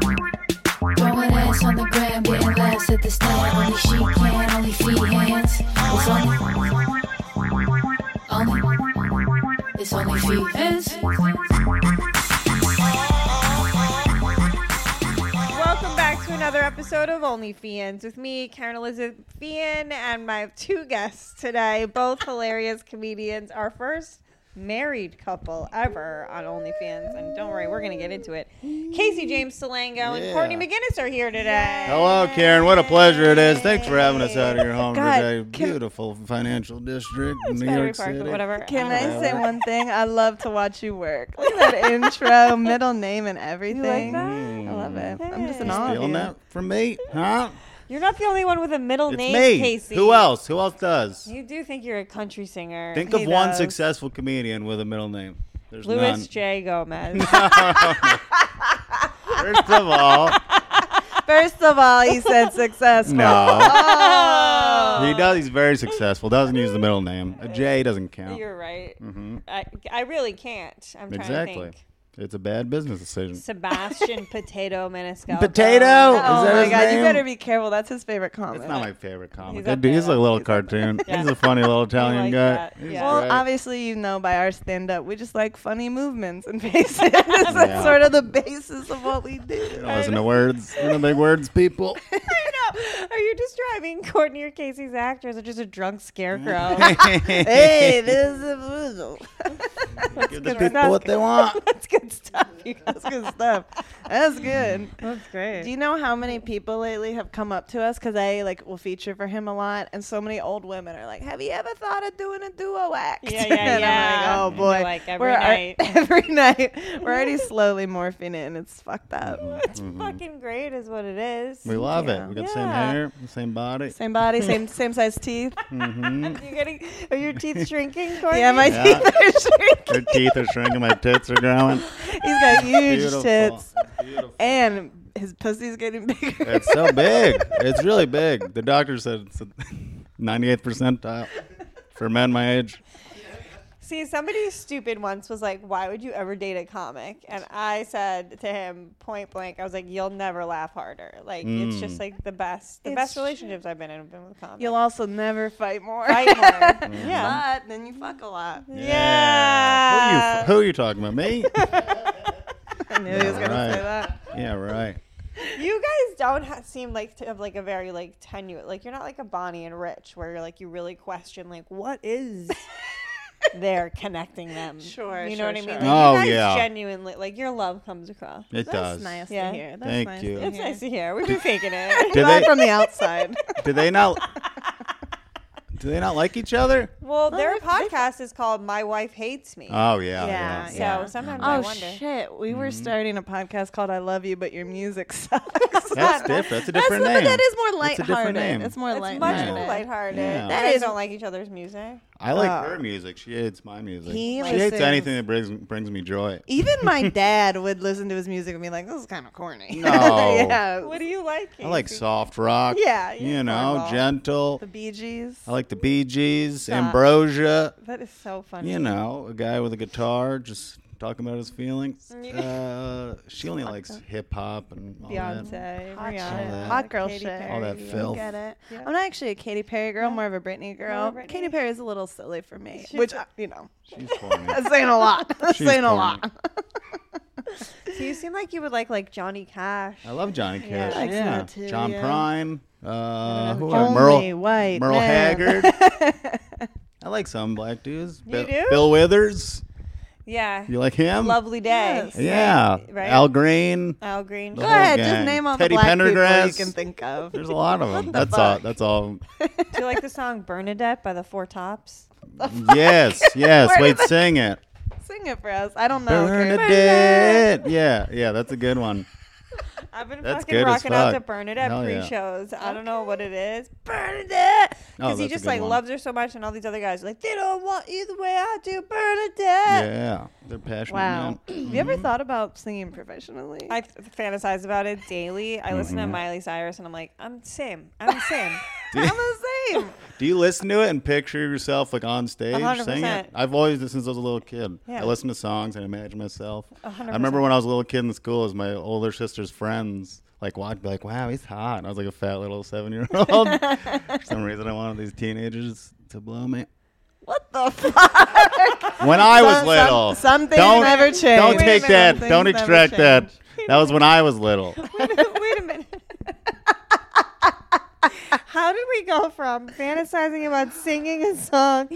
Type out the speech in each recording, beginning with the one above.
Throwing ass on the gram, getting laughs at the stand. Only she can, only feet, hands. It's only, only, it's only feet, hands. Welcome back to another episode of Only Fians with me, Karen Elizabeth Fian, and my two guests today, both hilarious comedians. Our first married couple ever on OnlyFans, and don't worry, we're going to get into it. Casey James Salango and Yeah. Courtney McGinnis are here today. Hello, Karen. What a pleasure it is. Thanks for having us out of your home God, today. can- Beautiful financial district in New Battery York Park, City. or whatever. Can don't I know. say one thing? I love to watch you work. Look at that intro, middle name, and everything. that? I love it. I'm just Hey. an awe of Feeling you. that from me? Huh? You're not the only one with a middle It's name, me. Casey. Who else? Who else does? You do think you're a country singer. Think He of one does. successful comedian with a middle name. There's Louis none. J. Gomez. First of all, First of all, he said successful. no. Oh. He does. He's very successful. Doesn't use the middle name. A J doesn't count. You're right. hmm I, I really can't. I'm trying to Exactly. think. It's a bad business decision. Sebastian Potato Maniscalco. Potato? Oh Is that my his god, name? you better be careful. That's his favorite comment. It's not my favorite comic. He's That up dude- He's, there, a little He's up cartoon. Yeah. He's a funny little Italian like guy. that. He's Yeah. well, great. obviously, you know by our stand up, we just like funny movements and faces. That's Yeah. sort of the basis of what we do. Don't listen to words. We're the big words people. I know. Are you describing Courtney or Casey's actors or just a drunk scarecrow? hey, this is a boozle. Give the good. That's people what they want. That's good stuff. You guys. That's good stuff. That's good. That's Do great. you know how many people lately have come up to us because I like will feature for him a lot, and so many old women are like, "Have you ever thought of doing a duo act?" Yeah, yeah, And yeah. I'm like, And "Oh you're like, every boy, we're ar- night." every night, we're already slowly morphing it, and it's fucked up. It's fucking great, is what it is. Mm-hmm. We love Yeah. it. We got the same Yeah. hair, the same body. Same body, same same size teeth. hmm You're getting, are your teeth shrinking, Courtney? yeah, my Yeah. teeth are shrinking. Their teeth are shrinking. My tits are growing. He's got huge Beautiful. tits, Beautiful. and his pussy's getting bigger. It's so big. It's really big. The doctor said it's a 98th percentile for men my age. See, somebody stupid once was like, "Why would you ever date a comic?" And I said to him point blank, "I was like, you'll never laugh harder. Like it's just Mm. like the best, the It's best true. relationships I've been in have been with comics. You'll also never fight more. Fight more. Yeah. but then you fuck a lot. Yeah. Who, are you, who are you talking about? Me? I knew he was gonna Right. say that. yeah, right. You guys don't ha- seem like to have like a very like tenuous. Like you're not like a Bonnie and Rich where you're like you really question like what is there connecting them. Sure, you know sure, what I mean. sure. Like, Oh, you guys yeah. Genuinely, like your love comes across. It does. That's nice to Yeah. hear. That's Thank nice you. To It's hear. nice to hear. We've been faking it. Do Glad they, from the outside. do they not? Do they not like each other? Well, their they're- they- podcast is called "My Wife Hates Me." Oh yeah. Yeah, so yeah. sometimes I oh wonder. shit! We were Mm-hmm. starting a podcast called "I Love You, But Your Music Sucks." That's different. That's a different That's- name. That is more That's a different lighthearted. name. It's more It's lighthearted. much more Yeah. lighthearted. Yeah. That That is is- don't like each other's music. I like Oh. her music. She hates my music. He she listens- hates anything that brings brings me joy. Even my dad would listen to his music and be like, "This is kind of corny." No. yeah. What do you like? I like Casey? soft rock. Yeah, you're You know, cornball. gentle. the Bee Gees. I like the Bee Gees, Stop. Ambrosia. That is so funny. You know, a guy with a guitar just talking about his feelings. Mm, Uh, she only likes hip hop and all that. Beyonce, Hot, shit. Rihanna, Hot girl Katy shit. Perry. All that You filth. Get it? Yeah. I'm not actually a Katy Perry girl, more of a Britney girl. Britney. Katy Perry is a little silly for me, She's which a- I- you know, She's corny. that's saying a lot. That's She's saying a corny. lot. So you seem like you would like like Johnny Cash. I love Johnny Cash. I like Yeah. that too, John yeah. Prine. Uh, who Only else? Merle, white Merle man. Haggard. I like some black dudes. Bill, do? Bill Withers. Yeah. You like him? Lovely day. Yes. Yeah. Right? Al Green. Al Green. The Go whole ahead, gang. just name all Teddy the black people you Pendergrass. can think of. There's a lot of them. the That's all. fuck? That's all. Do you like the song Bernadette by the Four Tops? yes, yes. Where Wait, did sing it. Sing it for us. I don't know. Kurt. Bernadette. Yeah, yeah. That's a good one. I've been That's fucking good as rocking out to fuck. Bernadette Hell yeah. pre-shows. I don't know what it is. Bernadette, Oh, because he that's a just good like one. loves her so much, and all these other guys are like they don't want you the way I do, Bernadette. Yeah, they're passionate. Wow. man. Have you ever thought about singing professionally? I th- Mm-hmm. fantasize about it daily. I listen to Miley Cyrus, and I'm like, I'm same. I'm same. I'm the dream. Do you listen to it and picture yourself like on stage hundred singing it? percent. I've always done since I was a little kid. Yeah. I listen to songs and imagine myself. hundred I remember when I was a little kid in school, as my older sister's friends like watched, be like, "Wow, he's hot." And I was like a fat little seven-year-old. For some reason, I wanted these teenagers to blow me. What the fuck? When I was Oh, Some- little, some- some things don't, never change. Don't Wait a take minute. that. Some things Don't never extract that. That was when I was little. Wait a minute. How did we go from fantasizing about singing a song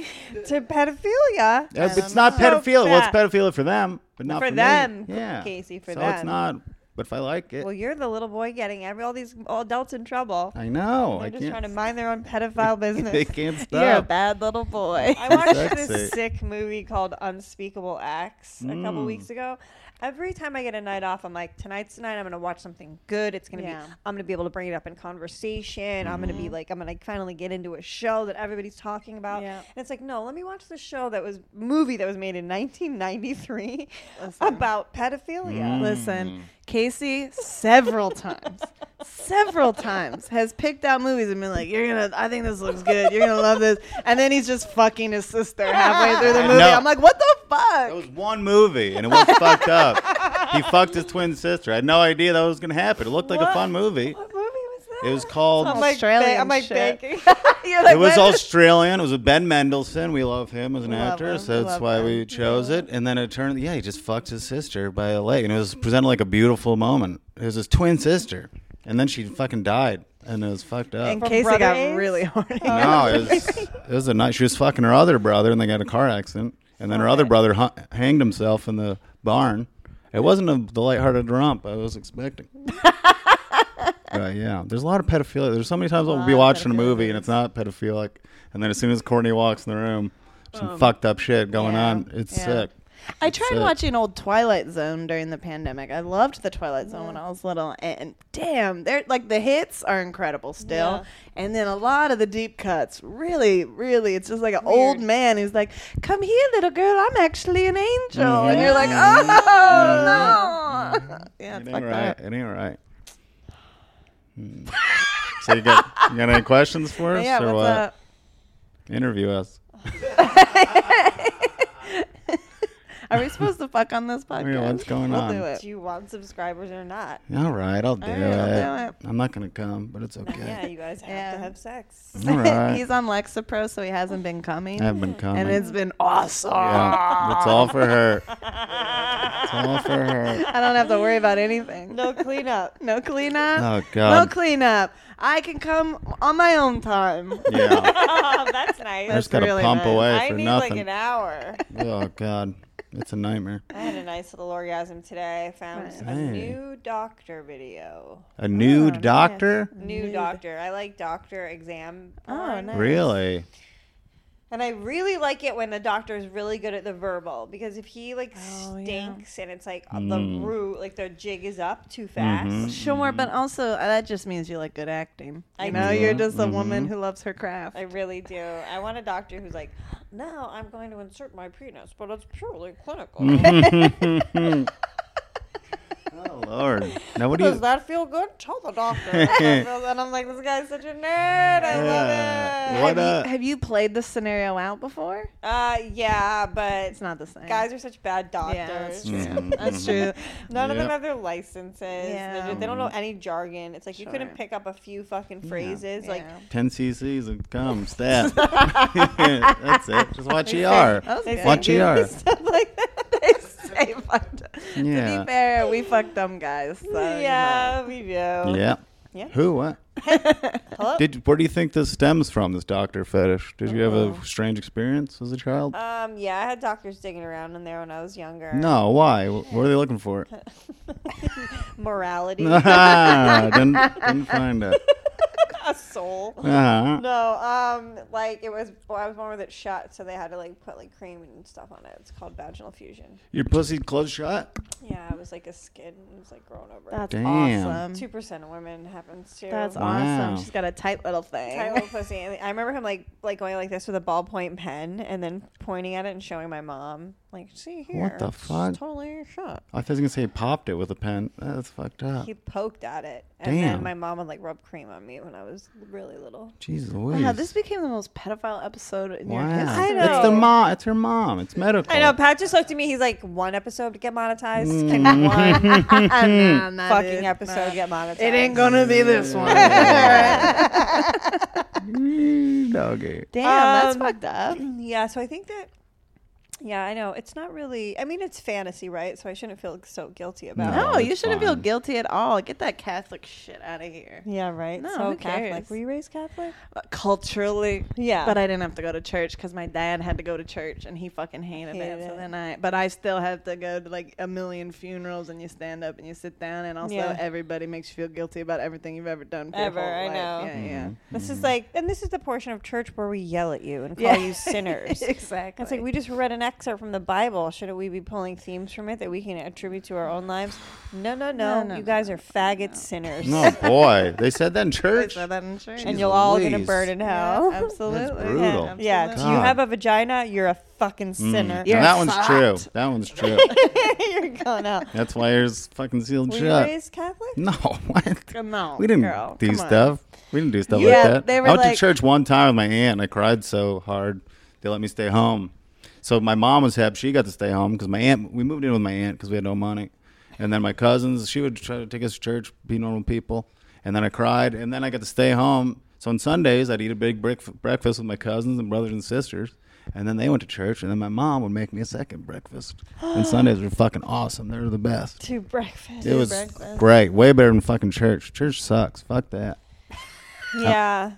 to pedophilia? It's Um, it's not pedophilia. Well, it's fat. pedophilia for them, but not For for, me. them, Yeah, Casey, for so it's them. not. But if I like it, Well, you're the little boy getting every, all these adults in trouble. I know. They're I just can't. trying to mind their own pedophile they business. can't stop. You're a bad little boy. I watched That's this it. Mm. sick movie called Unspeakable Acts a couple weeks ago. Every time I get a night off, I'm like, tonight's the night. I'm gonna watch something good. It's gonna Yeah. be. I'm gonna be able to bring it up in conversation. I'm gonna Mm-hmm. be like, I'm gonna finally get into a show that everybody's talking about. Yeah. And it's like, no, let me watch the show that was movie that was made in 1993 Listen. about Mm. pedophilia. Listen, Casey several times, several times has picked out movies and been like, "You're gonna, I think this looks good. You're gonna love this." And then he's just fucking his sister halfway through the I movie. know. I'm like, "What the That fuck?" was one movie, and it was fucked up. He fucked his twin sister. I had no idea that was gonna happen. It looked like a fun movie. What movie was that? It was called. Oh I'm like, Australian ba- I'm like shit. banking. You're like, it was "What?" Australian. It was with Ben Mendelsohn. We love him as an We love actor, him. We so that's love why him. we chose it. And then it turned, yeah, he just fucked his sister by a leg, and it was presented like a beautiful moment. It was his twin sister, and then she fucking died, and it was fucked up. And From Casey Brother got Ace? really horny. No, it was it was a night. She was fucking her other brother, and they got in a car accident. And then her other brother hu- hanged himself in the barn. It wasn't a, the lighthearted romp I was expecting. but yeah, there's a lot of pedophilia. There's so many times I'll be of watching a pedophilia movie and it's not pedophilic, and then as soon as Courtney walks in the room, some fucked up shit going Oh. yeah, on. It's yeah. sick. I It's tried sick. watching old Twilight Zone during the pandemic. I loved the Twilight Zone when I was little, and damn, they're like the hits are incredible still. And then a lot of the deep cuts, really, really, it's just like an old man who's like, "Come here, little girl, I'm actually an angel," Mm-hmm. and you're like, "Oh no!" yeah, It ain't it's fucked Mm-hmm. right. up. It ain't right. Hmm. so you got you got any questions for us Yeah, or what's what? up? Interview us. Are we supposed to fuck on this podcast? Yeah, what's going we'll on? do it. Do you want subscribers or not? All right, I'll do, right, it. I'll do I'm not gonna come, but it's okay. Yeah, you guys have Yeah. to have sex. All right. He's on Lexapro, so he hasn't been coming, I've been coming. and it's been awesome. yeah, it's all for her. It's all for her. I don't have to worry about anything. No cleanup. No cleanup. Oh, No God. cleanup. I can come on my own time. Yeah, oh, that's nice. I just gotta really pump nice. away I for need like nothing. an hour. oh God, it's a nightmare. I had a nice little orgasm today. I found a Hey. new doctor video. A nude nice. doctor? New doctor. I like doctor exam. Oh, porn. nice. Really? And I really like it when the doctor is really good at the verbal because if he like Oh, yeah. stinks and it's like Mm. the root, like the jig is up too fast. Mm-hmm. Sure, but also uh, that just means you like good acting. I I know Mm-hmm. do. you're just a woman who loves her craft. I really do. I want a doctor who's like, no, I'm going to insert my penis, but it's purely clinical. Mm-hmm. Oh Lord. Now what do Does you? that feel good? Tell the doctor. and I'm like, this guy's such a nerd. I Yeah. love it. What? Uh, Have you played this scenario out before? Uh, yeah, but It's not the same. guys are such bad doctors. yeah, that's true. Mm, That's mhm. true. None of them Yep. have their licenses. They Yeah. ju- They don't know any jargon. It's like you couldn't Sure. pick up a few fucking phrases. Like Yeah. Ten CCs and come stab. That's it. Just watch ER. That was They say good. Watch ER. stuff like that. They say fucked up. To Yeah. be fair, we fucked dumb guys. So, you yeah, we do. Yeah. Yeah. Who? What? Hello? Did where do you think this stems from? This doctor fetish? Did you have Oh. a strange experience as a child? Um, yeah, I had doctors digging around in there when I was younger. No, why? Wh- What are they looking for? Morality, Ah, didn't, didn't find it. a soul. Uh-huh. No, um, like it was. Well, I was born with it shut, so they had to like put like cream and stuff on it. It's called vaginal fusion. Your pussy closed shut? Yeah, it was like a skin. It was like growing over. That's Damn. awesome. Two percent of women happens too. That's Wow. awesome. She's got a tight little thing. Tiny little pussy. And I remember him like like going like this with a ballpoint pen and then pointing at it and showing my mom. Like, see here. What the it's fuck? Totally shut. I was gonna say he popped it with a pen. That's fucked up. He poked at it, and then Damn. my mom would like rub cream on me when I was really little. Jesus Wow, this became the most pedophile episode in your Wow. history. know. It's the mom. It's her mom. It's medical. I know. Pat just looked at me. He's like, one episode to get monetized, Mm. and one Nah, nah, fucking dude. episode get monetized. It ain't gonna be this one. Doggy. Damn, that's Um, fucked up. Yeah, so I think that. Yeah, I know. It's not really. I mean, it's fantasy, right? So I shouldn't feel so guilty about No, Oh, you it's shouldn't feel fine. guilty at all. Get that Catholic shit out of here. it. Yeah, right. No, so who Catholic. cares? Were you raised Catholic? Culturally, Yeah. But I didn't have to go to church because my dad had to go to church and he fucking hated, Hated it. So it. then I, but I still have to go to like a million funerals and you stand up and you sit down and also Yeah. everybody makes you feel guilty about everything you've ever done. For Ever, your whole I life. know. Yeah, yeah. This is like, and this is the portion of church where we yell at you and call Mm. Yeah. you sinners. exactly. It's like we just read an excerpt from the Bible. Shouldn't we be pulling themes from it that we can attribute to our own lives? No, no, no. No, no, you guys are faggot sinners, No, Oh, boy. They said that in church. said that in church. and you'll all gonna Louise. burn in Yeah, hell. absolutely. brutal. Yeah, if absolutely. you God. have a vagina, you're a fucking Mm. sinner. You're Now, that one's fucked. true. That one's true. you're going out. That's why yours fucking sealed Were you shut. raised Catholic? No, what? Come on, We didn't girl. do Come on. stuff. We didn't do stuff Yeah, like that. they were I went like- to church one time with my aunt, and I cried so hard they let me stay home. So my mom was happy she got to stay home because my aunt. We moved in with my aunt because we had no money, and then my cousins. She would try to take us to church, be normal people, and then I cried, and then I got to stay home. So on Sundays, I'd eat a big brick- breakfast with my cousins and brothers and sisters. And then they went to church, and then my mom would make me a second breakfast. And Sundays were fucking awesome. They were the best. To breakfast. It was great. Way better than fucking church. Church sucks. Fuck that. Yeah.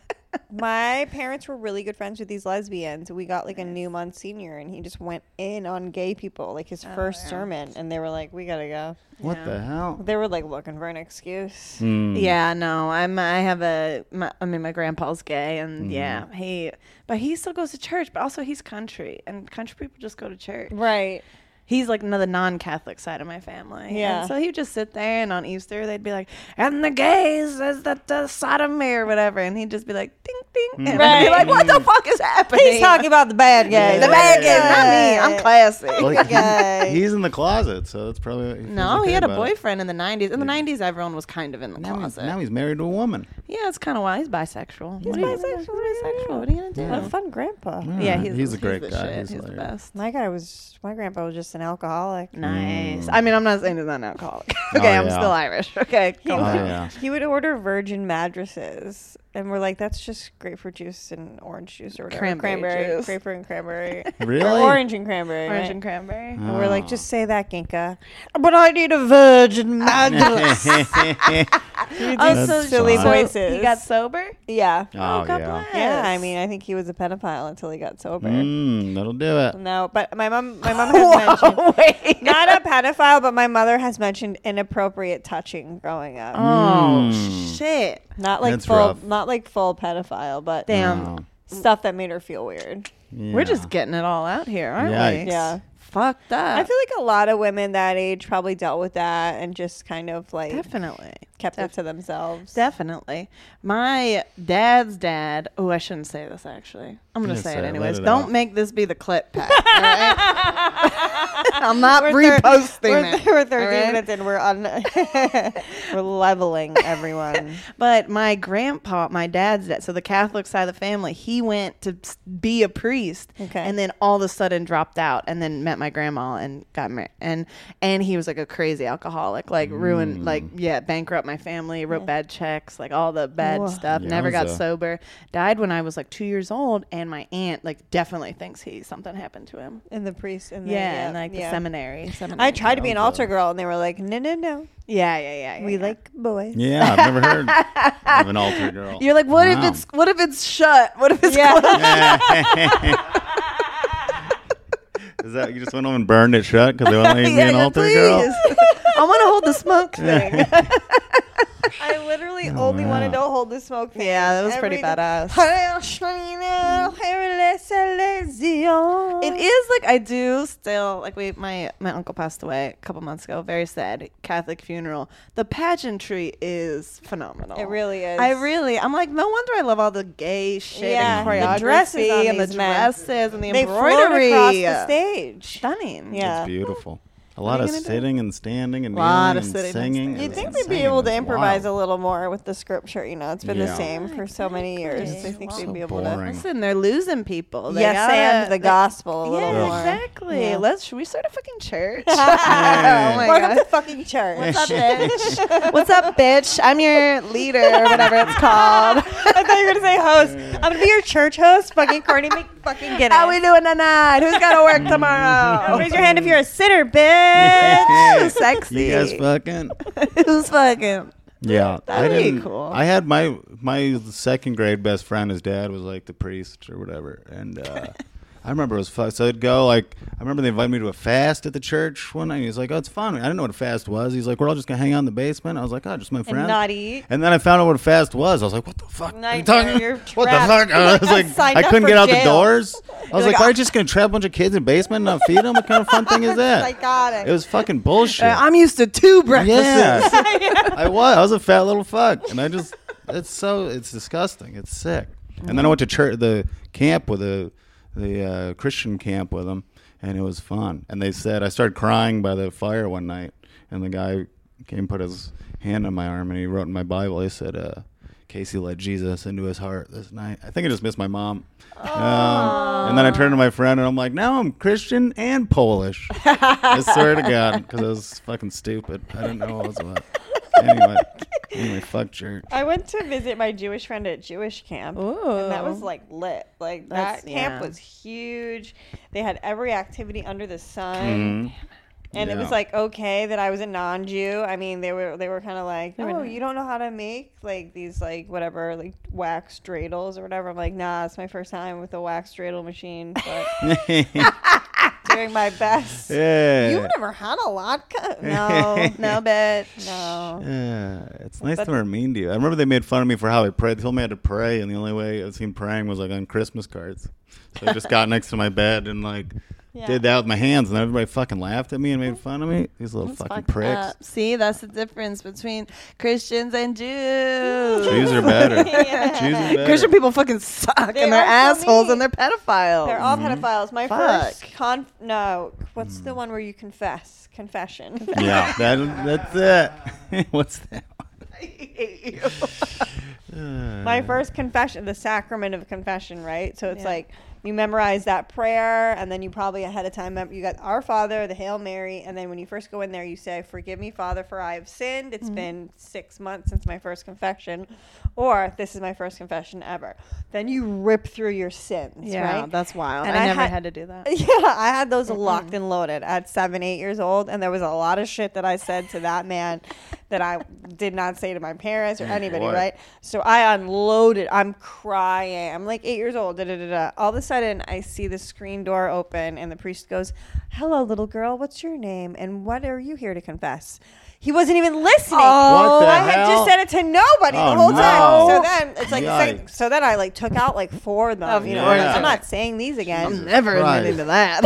My parents were really good friends with these lesbians. We got like a new Monsignor, and he just went in on gay people, like his first sermon, and they were like, "We gotta go." What Yeah. the hell? They were like looking for an excuse. Yeah, no, I'm. I have a. My, I mean, my grandpa's gay, and yeah, he. But he still goes to church, but also he's country, and country people just go to church. Right. He's like another non-Catholic side of my family. and Yeah. so he would just sit there, and on Easter they'd be like, "And the gays is that the sodomy or whatever," and he'd just be like, "Ding ding," and I'd be Right. like, "What the fuck is happening?" He's talking about the bad guys. the bad gays, not me. I'm classy. Like, guy. he's, he's in the closet, so that's probably what he feels No, okay he had a about it. boyfriend in the '90s. In the '90s, everyone was kind of in the Now he's, closet. now he's married to a woman. yeah, it's kind of wild. He's bisexual. He's bisexual, He's bisexual. What are you gonna do? What a fun grandpa. Yeah, Mm, he's, he's a great the guy. shit. He's, He's the like- best. My guy was my grandpa was just an alcoholic. Nice. I mean, I'm not saying he's not an alcoholic. Oh, okay, I'm yeah. still Irish. Okay, He come Oh, on. would, yeah. he would order virgin mattresses, and we're like, "That's just grapefruit juice and orange juice or whatever, Cranberry juice. grapefruit and cranberry, Really? Ah. or orange and cranberry, Orange right? and cranberry. And we're like, "Just say that, Ginka." But I need a virgin mattress. You do so- silly so voices. He got sober. yeah, Oh, God yeah. bless. yeah. I mean, I think he was a pedophile until he got sober. Mm, that'll do it. No, but my mom, my mom has mentioned wait. not a pedophile, but my mother has mentioned inappropriate touching growing up. Oh shit! Not like That's full, rough. not like full pedophile, but Damn. Wow. stuff that made her feel weird. Yeah. We're just getting it all out here, aren't Yikes. we? Yeah. Fucked up. I feel like a lot of women that age probably dealt with that and just kind of like definitely. kept it to themselves. Definitely. My dad's dad. Oh, I shouldn't say this actually. I'm going to Yeah, say say it it. Let anyways. it Don't out. make this be the clip pack. all right? I'm not reposting we're, it. we're all 13 right? minutes in. We're on. we're leveling everyone. But my grandpa, my dad's dad, so the Catholic side of the family, he went to s- be a priest, Okay. and then all of a sudden dropped out, and then met my grandma and got married, and and he was like a crazy alcoholic, like ruined, like yeah, bankrupt my family, wrote bad checks, like all the bad stuff. Never got Yowza. sober. Died when I was like two years old, and my aunt like definitely thinks he something happened to him. And the priest. And the, Yeah, and like the yeah. seminary, seminary. I tried to be an altar girl, and they were like, "No, no, no. yeah, yeah, yeah. yeah, We yeah. like boys." Yeah, I've never heard of an altar girl. You're like, what Wow. if it's what if it's shut? What if it's Yeah. closed? Is that you just went home and burned it shut because they won't let you be an yeah, altar please. girl? I want to hold the smoke thing. I literally only wow. wanted to hold the smoke thing. Yeah, that was pretty badass. Oh, It badass. is like I do still like we my my uncle passed away a couple months ago. Very sad Catholic funeral. The pageantry is phenomenal. It really is. I really I'm like no wonder I love all the gay shit Yeah, and choreography the dresses on and the these men. dresses and the They floated embroidery. across the stage. Stunning. Yeah. It's beautiful. A lot are of you gonna do? sitting and standing and Lot kneeling and of sitting singing. and standing. and You'd You'd think singing we'd be able to is improvise wild. a little more with the scripture. You know, it's been Yeah. the same for so many years. I think So we'd be able to. boring. Listen, they're losing people. They Yes, gotta- and the they- gospel a little Yeah, more. exactly. Yeah. Let's. Should we start a fucking church? oh my Welcome God. to fucking church. What's up, bitch? What's up, bitch? I'm your leader, or whatever it's called. I thought you were gonna say host. I'm gonna be your church host, fucking Courtney Mc fucking Guinness. How we doing tonight? Who's got to work tomorrow? Raise your hand if you're a sitter, bitch. Ooh, sexy. You guys fucking. Who's fucking? Yeah, That'd I be didn't, cool. I had my my second grade best friend. His dad was like the priest or whatever, and uh, I remember it was fun. So I'd go like I remember they invited me to a fast at the church one night. He was like, "Oh, it's fun." I didn't know what a fast was. He's like, "We're all just gonna hang out in the basement." I was like, "Oh, just my friends." not eat. And then I found out what a fast was. I was like, "What the fuck?" Are you Nightmare, talking? you're what the trapped. fuck? I was like, Signed I up couldn't for get out the jail. doors. I was You're like, like, "Ah." "Why are you just gonna trap a bunch of kids in the basement and not feed them? What kind of fun thing is that?" Psychotic. It was fucking bullshit. I'm used to two breakfasts. Yeah. I was. I was a fat little fuck, and I just it's so it's disgusting. It's sick. And then I went to church, the camp with the the uh, Christian camp with them, and it was fun. And they said I started crying by the fire one night, and the guy came put his hand on my arm, and he wrote in my Bible. He said, uh, "Casey let Jesus into his heart this night." I think I just missed my mom. Um, and then I turned to my friend, and I'm like, "Now I'm Christian and Polish." I swear to God, because I was fucking stupid. I didn't know what was what. Anyway, anyway, fuck church. I went to visit my Jewish friend at Jewish camp, and that was Ooh. like lit. Like That's- that camp yeah. was huge. They had every activity under the Mm-hmm. sun, and it was Yeah. like okay that I was a non-Jew. I mean, they were they were kind of like, oh, you don't know how to make like these like whatever like wax dreidels or whatever. I'm like, nah, it's my first time with a wax dreidel machine, but doing my best. yeah. You never had a latke? No, No, bitch. no. Yeah, it's nice they were mean to you. I remember they made fun of me for how I prayed. They told me I had to pray, and the only way I was seen praying was like on Christmas cards. So I just got next to my bed and like Yeah. did that with my hands, and everybody fucking laughed at me and made fun of me. These little fucking pricks. Uh, see, that's the difference between Christians and Jews. Jews are better. Jews are better. Christian people fucking suck, They and they're are so assholes, mean. and they're pedophiles. They're all Mm-hmm. pedophiles. My Fuck. first con no, what's Mm. the one where you confess? Confession. yeah, that, that's it. What's that? Uh. My first confession, the sacrament of confession, right? So it's like you memorize that prayer, and then you probably ahead of time mem- you got Our Father, the Hail Mary, and then when you first go in there, you say, "Forgive me, Father, for I have sinned. It's Mm-hmm. been six months since my first confession, or this is my first confession ever." Then you rip through your sins, yeah, right? that's wild. And I, I never had- had to do that. Yeah, I had those locked and loaded at seven, eight years old, and there was a lot of shit that I said to that man that I did not say to my parents or anybody, boy. right? So I unloaded. I'm crying. I'm like eight years old. Da, da, da, da. All of a sudden, I see the screen door open, and the priest goes, "Hello, little girl. What's your name? And what are you here to confess?" He wasn't even listening. Oh, What the I had hell? just said it to nobody Oh, the whole no. time. So then it's like, the second- Yikes. so then I like took out like four of them. Of you know, I was like, course. I'm not saying these again. Never Christ. admitting to that.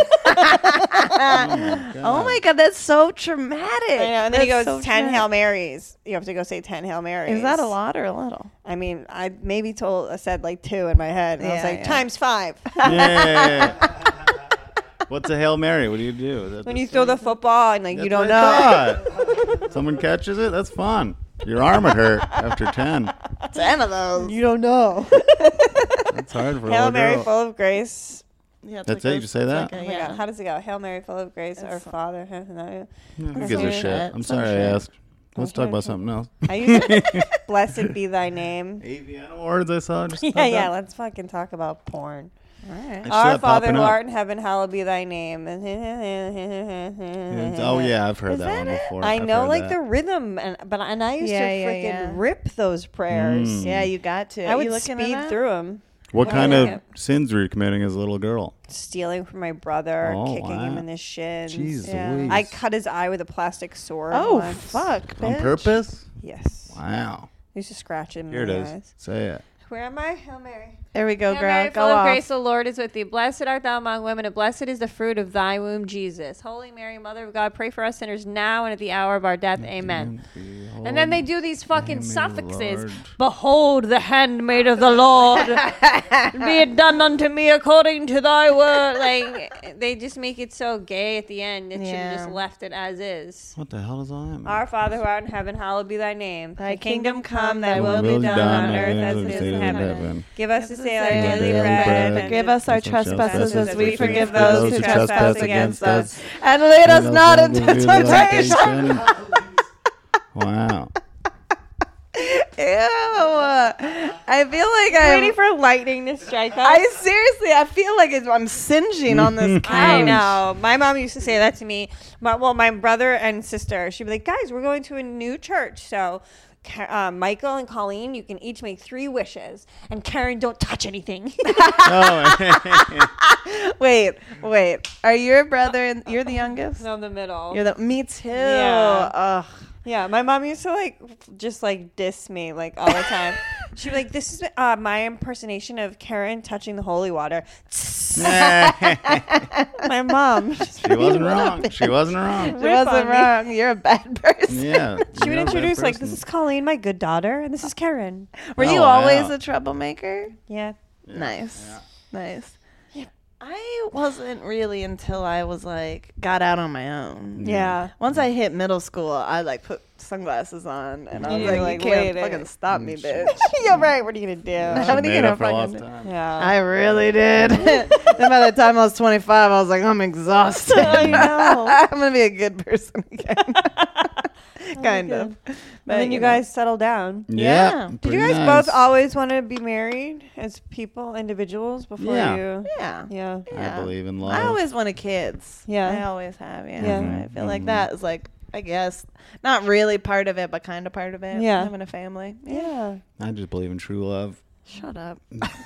oh my god, that's so traumatic. I know. And then he goes That's so 10 traumatic. Hail Marys. You have to go say 10 Hail Marys. Is that a lot or a little? I mean, I maybe told I said like two in my head. And I was Yeah, like, yeah. times five. Yeah. What's a hail mary? What do you do? Is that when the you throw the football and like you don't know. know. Someone catches it. That's fun. Your arm would hurt after ten. Ten of those. You don't know. That's hard for a Hail little Mary, girl. full of grace. Yeah, it's That's like it. You a- just say that. Oh like my Yeah. God. How does it go? Hail Mary, full of grace, our Father. Who gives a weird. shit? I'm That's sorry I bullshit. asked. Let's talk about something else. I used to, blessed be thy name. AVN awards I saw. Just Yeah, yeah. Let's fucking talk about porn. Right. Our Father who art in heaven, hallowed be thy name. oh Oh yeah, I've heard that, one before. I I've know heard like that. the rhythm, and but and I used Yeah, to yeah, freaking yeah. rip those prayers. Mm. Yeah, you got to. I you would looking it speed up? through them, What kind yeah. of sins were you committing as a little girl? stealing from my brother, Oh, kicking him wow. in the shins. Jeez Yeah. Louise. I cut his eye with a plastic sword. Oh once. fuck, bitch. on purpose. Yes, I Wow. used to scratch him. Here in it the is. eyes. Say it. Where am I? Hail Mary. There we go, Hail Oh, girl. Mary, Go full of off. grace, the Lord is with thee. Blessed art thou among women, and blessed is the fruit of thy womb, Jesus. Holy Mary, Mother of God, pray for us sinners now and at the hour of our death. Amen. And then they do these fucking Amen, suffixes. Oh, Lord. Behold the handmaid of the Lord. Be it done unto me according to thy word. Like, they just make it so gay at the end. It should have just Yeah. left it as is. What the hell is all that? mean? Our Father who art in heaven, hallowed be thy name. Thy kingdom come, thy Thy will be done on earth earth as it is in heaven. Give us this day our daily this day Give us our bread. daily and bread. Forgive us As our our trespasses trespasses as we as forgive those who trespass against us. And lead Lead us not into temptation. wow. Ew. I feel like Waiting I'm. for lightning to strike us. I seriously, I feel like it's, I'm singeing on this couch. I know. My mom used to say that to me. My, well, my brother and sister, she'd be like, guys, we're going to a new church. So, Ka- uh, Michael and Colleen, you can each make three wishes. And Karen, don't touch anything. Oh, Wait, wait. Are your brother and you're the youngest? in the middle. You're the me too. Yeah. Ugh. Yeah, my mom used to like f- just like diss me like all the time. She'd be like, "This is uh, my impersonation of Karen touching the holy water." my mom, she she wasn't wrong. She wasn't wrong. She Rip on wasn't me. wrong. You're a bad person. Yeah. would introduce like, "This is Colleen, my good daughter, and this is Karen." Were you Oh, always wow. a troublemaker? Yeah, Nice. Nice. I wasn't really until I was like got out on my Mm. own. yeah. Once I hit middle school, I like put sunglasses on and I was You're like, like, you can't wait a- fucking stop me, bitch. yeah, right. What are you gonna do? How How many many can I for a fucking long do? time. Yeah, I really did. then by the time I was 25, I was like, I'm exhausted. I know. I'm going to be a good person again. kind of. But and then you know. guys settle down. Yeah. Yeah. Did you guys both always want to be married as people, individuals, before Yeah. you? Yeah. Yeah. Yeah. I believe in love. I always wanted kids. Yeah. I always have. Yeah. Yeah. I feel like that is like, I guess, not really part of it, but kind of part of it. Yeah. Having a family. Yeah. I just believe in true love Shut up.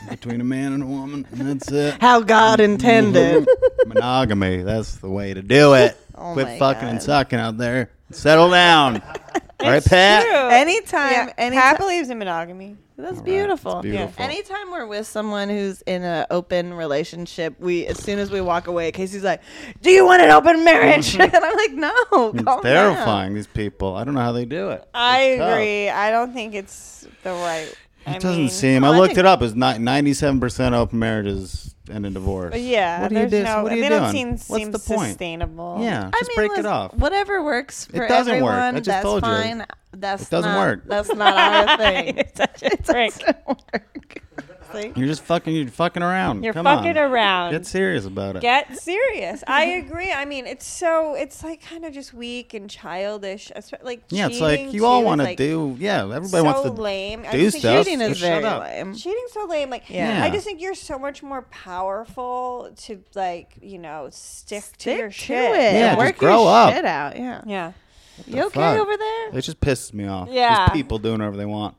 between a man and a woman, and that's it. How God intended. Monogamy. That's the way to do it. Oh my Quit fucking God. and sucking out there. Settle down. All right, Pat. anytime, Yeah. any Pat anytime. believes in monogamy. That's All right, beautiful. it's beautiful. Anytime we're with someone who's in an open relationship, we as soon as we walk away, Casey's like, "Do you want an open marriage?" and I'm like, "No, calm down." It's Mm-hmm. Mm, terrifying. These people. I don't know how they do it. I It's tough. agree. I don't think it's the right. Oh. It doesn't seem. well, I I looked think- it up. It's not ninety-seven percent open marriages end in divorce. But yeah, What are you there's doing? no. What are you they don't seem doing? What's seem the point? sustainable. yeah, I just mean, break listen, it off. Whatever works for doesn't work. I everyone, just that's told you. fine. That's It doesn't not- work. That's not our thing. You're such a prick. doesn't work. See? You're just fucking. You're fucking around. You're Come fucking on. around. Get serious about it. Get serious. I agree. I mean, it's so it's like kind of just weak and childish. espe- Like yeah, it's cheating, like you all too, want to is, like, do. Yeah, everybody so wants to lame. I do just think stuff. Cheating is Just shut very up. lame. Mm. Cheating's so lame. Like, Yeah. I just think you're so much more powerful to like, you know, stick, to Stick your to shit. it. Yeah, just work grow your up. shit out. Yeah. Yeah. You okay fuck? over there? It just pisses me off. Yeah. There's people doing whatever they want.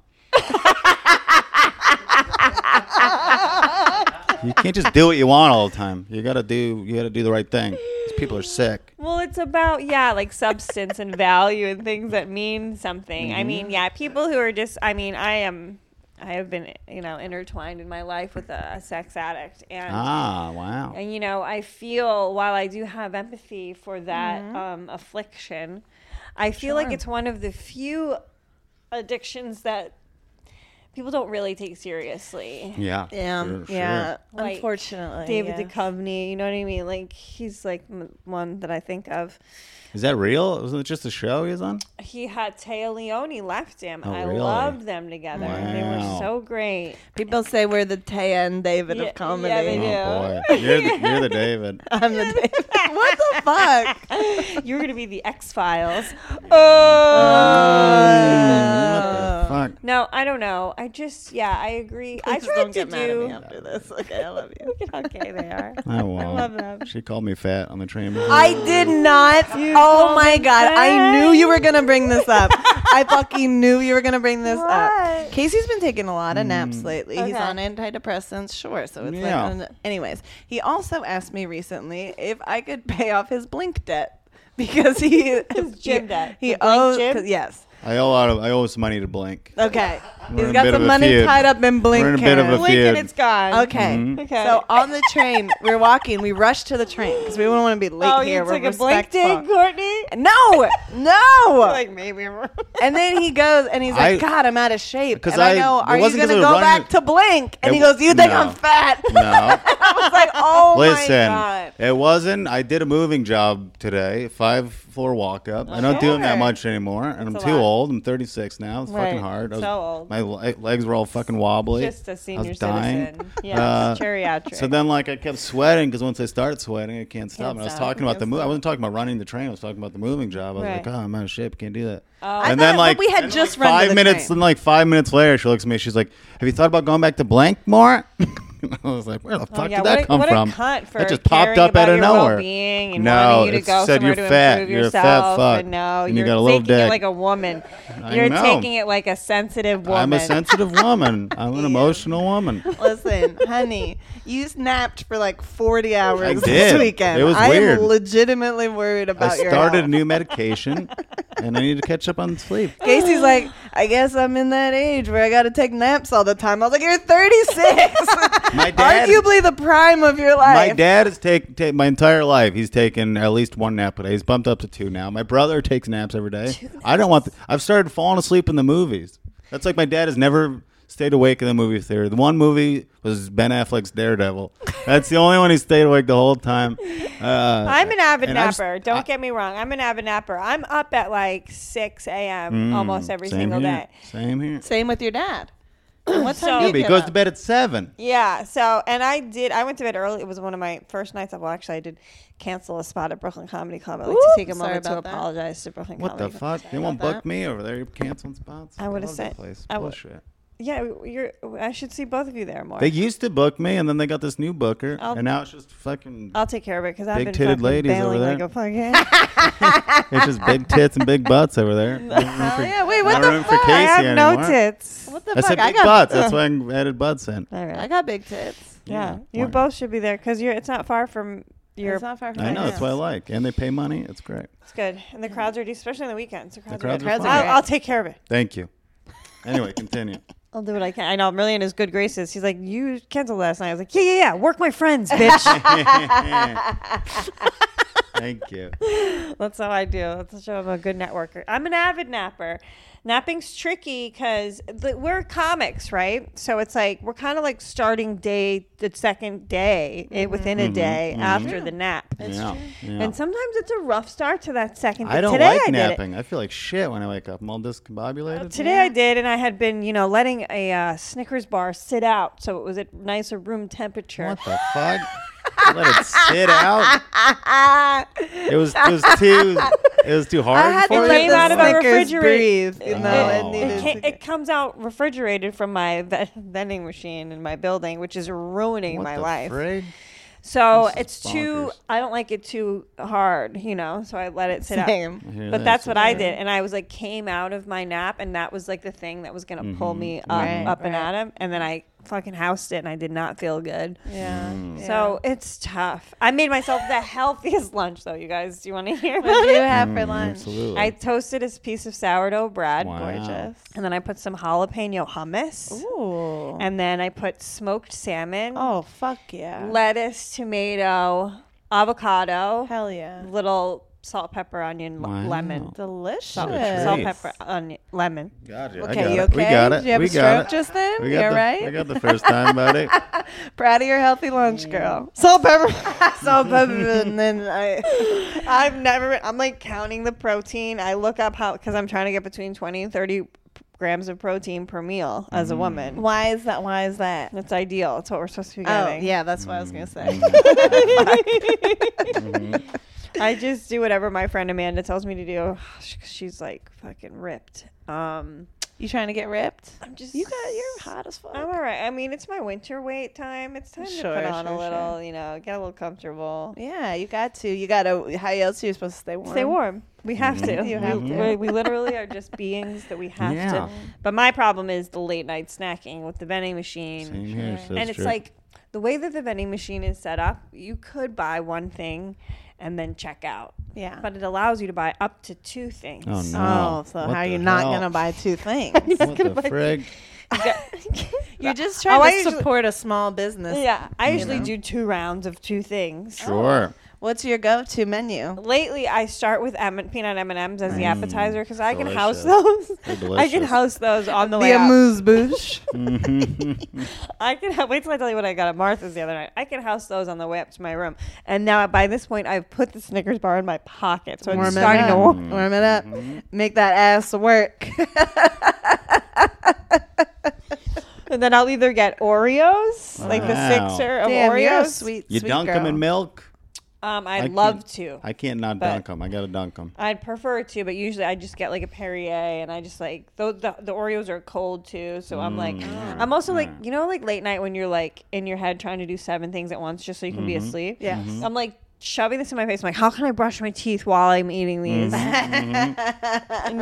you can't just do what you want all the time. You gotta do you gotta do the right thing. These people are sick. Well, it's about yeah, like substance and value and things that mean something. I Mm-hmm. mean, yeah, people who are just I mean, I am I have been, you know, intertwined in my life with a, a sex addict and Ah, wow. and you know, I feel while I do have empathy for that Mm-hmm. um, affliction, I feel like it's one of the few addictions that people don't really take seriously. Yeah. Yeah. sure, sure. yeah. Like Unfortunately. David yeah. Duchovny, you know what I mean? Like he's like m- one that I think of. Is that real? Wasn't it just a show he was on? he had Taya Leone left him. Oh, I really? loved them together. They were Wow. so great. People say we're the Taya and David Yeah, of comedy. yeah, they Oh do. Yeah. boy. You're the, you're the David. I'm the David. what the fuck? You're gonna be the X Files. Oh. Mm, what the fuck? No, I don't know. I just yeah, I agree. I Just tried don't to get mad at me do. after this. Okay, I love you. okay, they are. I won't. love them. She called me fat on the train. I did not. oh my god! I knew you were gonna bring this up. I fucking knew you were gonna bring this up. What? Casey's been taking a lot of naps lately. He's Okay. on antidepressants, sure. So it's Yeah. like, an- anyways, he also asked me recently if I could pay off his Blink debt because he His gym debt. He The Blink owes gym? yes. I owe out of, I owe some money to Blink. Okay. We're in He's a got bit of some a money feud. tied up in blink. We're in a bit of a Karen. Blink and Kid. it's gone. Okay. Mhm. Okay. So on the train, we're walking. We rush to the train because we don't want to be late Oh, here. you we're took a blink respectful. dig, Courtney? No, no. Like maybe. I'm- And then he goes and he's I- like, "God, I'm out of shape." 'Cause And I, I- know, it are you wasn't 'cause gonna we were go running back to blink? And It he goes, "You think no. I'm fat?" No. I was like, "Oh my Listen, god." it wasn't. I did a moving job today, five floor walk up. I don't do it that Sure. much anymore, and I'm a too lot. old. I'm 36 now. It's Right. fucking hard. I So old. My le- legs were all fucking wobbly. Just a I was senior dying. citizen. Yeah, Uh, geriatric. So then, like, I kept sweating because once I started sweating, I can't stop. Can't and I was stop. talking about the Can't move. I stop. wasn't talking about running the train. I was talking about the moving job. I was Right. Oh, like, oh, I'm out of shape. Can't do that. I and thought- then, but like, we had and, just like, run to five the minutes. train. And like five minutes later, she looks at me. She's like, "Have you thought about going back to blank more?" I was like, "Where the fuck Oh, yeah, did what that a- come what a from?" cunt for that just caring popped up about out of your nowhere. well-being and no, wanting you to it go said somewhere you're to fat. improve You're a yourself. fat fuck. And no, and you you're got a little taking dick. it like a woman. I You're know. taking it like a sensitive woman. I'm a sensitive woman. I'm an emotional woman. Listen, honey, you snapped for like 40 hours this did. weekend. It was I weird. am legitimately worried about I your started health. a new medication, and I need to catch up on sleep. Casey's like, I guess I'm in that age where I got to take naps all the time. I was like, you're 36. My dad. Arguably the prime of your life. My dad has taken take, my entire life. He's taken at least one nap a day. He's bumped up to two now. My brother takes naps every day. I don't want. The, I've started falling asleep in the movies. That's like my dad has never stayed awake in the movie theater. The one movie was Ben Affleck's Daredevil. That's the only one he stayed awake the whole time. Uh, I'm an avid and I'm s- napper. Don't get me wrong. I'm an avid napper. I'm up at like 6 a.m. almost every Mm, same single here. day. Same here. Same with your dad. What So- time do Yeah, you but he get goes up? to bed at seven. Yeah. So, and I did. I went to bed early. It was one of my first nights. Well, actually, I did cancel a spot at Brooklyn Comedy Club. I like to Ooh, take a sorry moment to about that. apologize to Brooklyn What Comedy the Club. fuck? They won't about book me over there. You're canceling spots. I would've love that said- place. I would- Bullshit. Yeah, you're. I should see both of you there more. They used to book me, and then they got this new booker, I'll- and now it's just fucking. I'll take care of it because I've been Big-titted fucking ladies over bailing there. like a fucking. It's just big tits and big butts over there. No room for- yeah, wait, no what the room fuck? For Casey I have no anymore. tits. What the I fuck? said I big got butts. That's why I added butts in. All right. I got big tits. yeah, Yeah, you why- both should be there because you're. It's not far from your. It's not far from I my know. That's house. what I like. And they pay money. It's great. It's good, and the crowds are decent, especially on the weekends. The crowds, crowds are, are good. fun. I'll, I'll take care of it. Thank you. Anyway, continue. I'll do what I can. I know I'm really in his good graces. He's like, "You canceled last night." I was like, "Yeah, yeah, yeah. Work my friends, bitch." Thank you. That's how I do. That's how I show I'm a good networker. I'm an avid napper. Napping's tricky because we're comics, right? So it's like we're kind of like starting day, the second day eh, within a day after the nap. Mm-hmm. yeah. yeah. And sometimes it's a rough start to that second day. I don't Today like I did it. napping. I feel like shit when I wake up. I'm all Oh, discombobulated. Today I did, and I had been, you know, letting a uh, Snickers bar sit out, so it was at nicer room temperature. What the fuck? Let it sit out. It was it was too it was too hard I had It for to you. let came the out of a Snickers refrigerator- breathe. You know, Oh. it It needed It, to ca- get- it comes out refrigerated from my ve- vending machine in my building, which is ruining What my the life. frig? So This it's is too. bonkers. I don't like it too hard, you know. So I let it sit Same. I out. hear But that. that's what I Yeah. did, and I was like, came out of my nap, and that was like the thing that was gonna Mm-hmm. pull me up, Right, up and right. at him. And then I fucking housed it, and I did not feel good. Yeah. Mm-hmm. So it's tough. I made myself the healthiest lunch, though. You guys, do you want to hear what about do you it? have for lunch? Mm-hmm, Absolutely. I toasted a piece of sourdough bread, Wow. Gorgeous. and then I put some jalapeno hummus, Ooh. and then I put smoked salmon, oh fuck yeah. lettuce, tomato, avocado, Hell yeah. little salt, pepper, onion, l- Wow. lemon. Delicious. Salt, Nice. pepper, onion, lemon. Got it. I got Okay, you it. okay? We got it. Did you have we a stroke got it. just then? We You got all the, right? I got the first time about it. Proud of your healthy lunch, girl. Salt, pepper. Salt, pepper. And then I. I've never. I'm like counting the protein. I look up how because I'm trying to get between 20 and 30 p- grams of protein per meal as Mm. a woman. Why is that? Why is that? That's ideal. It's what we're supposed to be Oh, getting. yeah, that's what I was going to Mm. say. Mm-hmm. I just do whatever my friend Amanda tells me to do. She's like fucking ripped. Um, You trying to get ripped? I'm just You got, you're hot as fuck. I'm all right. I mean, it's my winter weight time. It's time Sure, to put on sure, a little, you know, get a little comfortable. Yeah, you got to. You got to. How else are you supposed to stay warm? Stay warm. We have to. You we, have to. We, we literally are just beings that we have Yeah. to. But my problem is the late night snacking with the vending machine. Same here, and it's sister. like the way that the vending machine is set up, you could buy one thing and then check out. Yeah. But it allows you to buy up to two things. Oh no! Oh, so What how are the you not hell? gonna buy two things? What the frig? You're just Oh, trying I to usually- support a small business. Yeah, I You usually know? do two rounds of two things. Oh, Sure. What's your go-to menu? Lately, I start with M- peanut M and M's as the appetizer because I can house Mm. delicious. those. I They're can delicious. house those on the way The out. amuse bouche. Mm. I can wait till I tell you what I got at Martha's the other night. I can house those on the way up to my room. And now by this point, I've put the Snickers bar in my pocket, so Warm it's it starting to up. warm. Warm Mm. it up. Mm-hmm. Make that ass work. And then I'll either get Oreos, like the Wow. sixer of Damn, you're a Oreos. sweet, You sweet dunk girl. them in milk. Um, I'd I love can't- to. I can't not But- dunk them. I gotta dunk them. I'd prefer to, but usually I just get like a Perrier, and I just like the the, the Oreos are cold too. So I'm like, I'm also like, you know, like late night when you're like in your head trying to do seven things at once just so you can be asleep. Yes. Mhm. I'm like shoving this in my face. I'm like, how can I brush my teeth while I'm eating these? and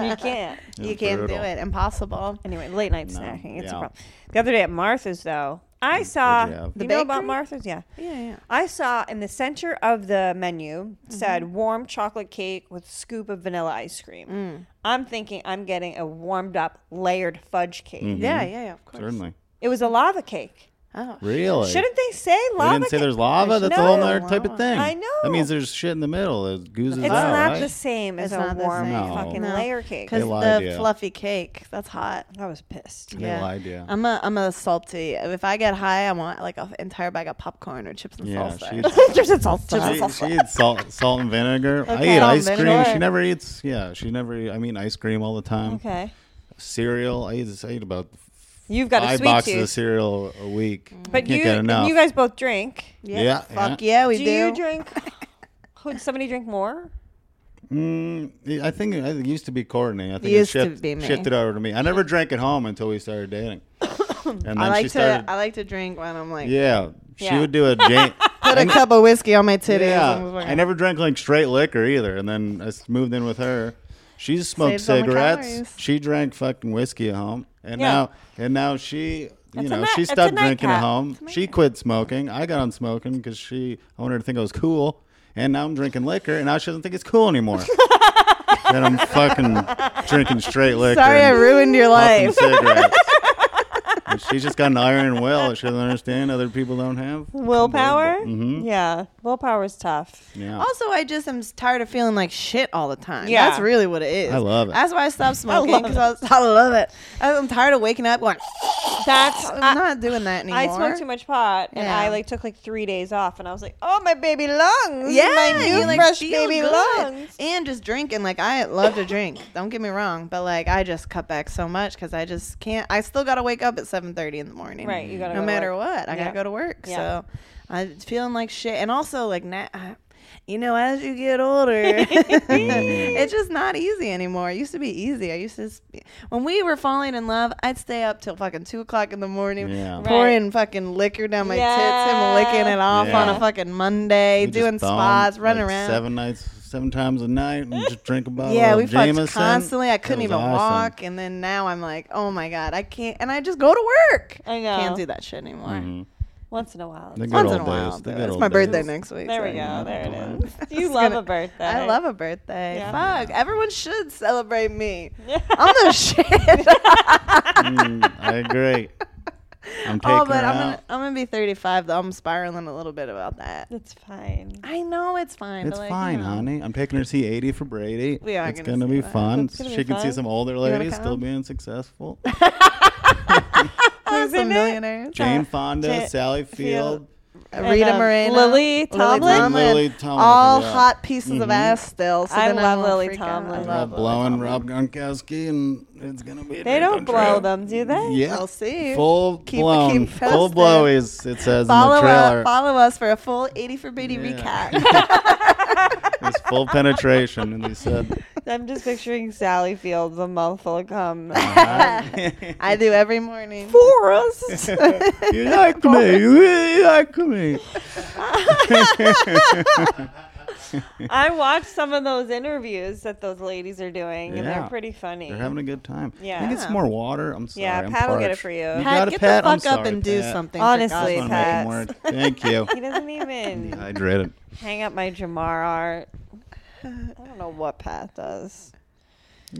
you can't. You can't brutal. do it. Impossible. Anyway, late night No, snacking. It's yeah. Mm. a problem. The other day at Martha's though, I saw you have? you The know about bakery? Martha's, yeah. Yeah, yeah. Mm-hmm. I saw in the center of the menu said warm chocolate cake with scoop of vanilla ice cream. Mm. I'm thinking I'm getting a warmed up layered fudge cake. Mm. Yeah, yeah, yeah, of course. Certainly. It was a lava cake. Oh, Really? Shouldn't they say They lava? didn't say cake? there's lava. That's No. a whole other type of thing. I That means know. there's shit in the middle. There's gooses It's out, not right? the same as It's a not the warm same. No. fucking No. layer cake. because They the lied, yeah. fluffy cake. That's hot. I was pissed. They lied, yeah. I'm a I'm a salty. If I get high, I want like an entire bag of popcorn or chips and Yeah, salsa. she's- There's a salsa. She, she eats salt, salt and vinegar. I Okay. eat Salt and ice cream. vinegar. She never eats. Yeah, she never. Eat, I mean, ice cream all the time. Okay. Cereal. I eat. I eat about You've got a five sweet boxes of tooth. cereal a week. Mm. But Can't you, get and enough. you guys both drink. Yeah, Yeah, fuck yeah. yeah, we do, do. you drink? Would somebody drink more? Mm, I think I think it used to be Courtney. I think Used it to shift, be me. shifted over to me. I never drank at home until we started dating, and then I she like to started. I like to drink when I'm like yeah, she Yeah. would do a Jane. put a cup of whiskey on my titties. and yeah, was like, I never drank like straight liquor either, and then I s- moved in with her. She smoked Saves all my cigarettes. calories. She drank fucking whiskey at home, and Yeah. now and now she, you It's a know, night- she it's a stopped drinking at nightcap. home. She quit smoking. I got on smoking because she I wanted her to think I was cool, and now I'm drinking liquor, and now she doesn't think it's cool anymore. Then I'm fucking drinking straight liquor. Sorry, I and- ruined your puffing life. cigarettes. And she's just got an iron will that she doesn't understand other people don't have. Willpower? Mm-hmm. Yeah. Willpower is tough. Yeah. Also, I just am tired of feeling like shit all the time. Yeah. that's really what it is. I love it. That's why I stopped smoking love because I, was- I love it. I'm tired of waking up going. That's I'm I, not doing that anymore. I smoked too much pot and Yeah. I like took like three days off and I was like, Oh my baby lungs. Yeah, My new you, Mm, like, fresh feel baby good. lungs. and just drinking. Like I love to drink. Don't get me wrong, but like I just cut back so much because I just can't. I still gotta wake up at seven thirty in the morning. Right, you gotta No go to matter work. what, I Yeah. gotta go to work. Yeah. So I'm feeling like shit, and also like na You know, as you get older, it's just not easy anymore. It used to be easy. I used to, s- when we were falling in love, I'd stay up till fucking two o'clock in the morning, Yeah. Right. pouring fucking liquor down my tits, him Yeah. licking it off Yeah. on a fucking Monday We just doing boned, spas, running like, around. Seven nights, seven times a night, and just drink a bottle yeah, of we Jameson. fucked constantly. I That couldn't was even awesome. walk, and then now I'm like, oh my god, I can't. And I just go to work. I know. Can't do that shit anymore. Once in a while. The Mm-hmm. good Once old in a while. days. The though. good It's old my birthday days. next week. There so we you go. know. Oh, There it Come is. You It's love gonna- a birthday. I love a birthday. Yeah. Fuck. Everyone should celebrate me. I'm the shit. Mm, I agree. I'm taking oh, her but I'm gonna, out. I'm gonna be 35 though. I'm spiraling a little bit about that. It's fine. I know it's fine. It's but like, fine, you know. honey. I'm taking her to see 80 for Brady. We are it's gonna gonna see be that. fun. It's gonna she be can see fun. some older ladies still come? being successful. There's some Isn't it? millionaires. Jane Fonda, Ja- Sally Field. Field. Rita um, Moreno, Lily Tomlin? Lily Tomlin, all yeah. hot pieces of ass still. So I then love wanna Lily freak out. Tomlin. I They're all love Lily blowing Rob Gronkowski, and it's gonna be. a They dream don't come blow true. them, do they? Yeah, We'll see. Full Keep- blown, keep full posted. blowies. It says Follow in the trailer. up, follow us for a full 80 for Biddy Yeah. recap. It's full penetration, and they said, I'm just picturing Sally Fields a mouthful of cum. Uh-huh. I do every morning. For us. "You like me? You really like me?" I watched some of those interviews that those ladies are doing, and they're Yeah. pretty funny. They're having a good time. Yeah. Can I get some more water? I'm sorry. Yeah, I'm Pat will get it parched. for you. You Pat, got get it, Pat? the fuck I'm up sorry, and do Pat. something. Honestly, for Just God's Pat. sake. wanna make him work. Thank you. he doesn't even Hydrated. hang up my Jamar art. I don't know what Pat does.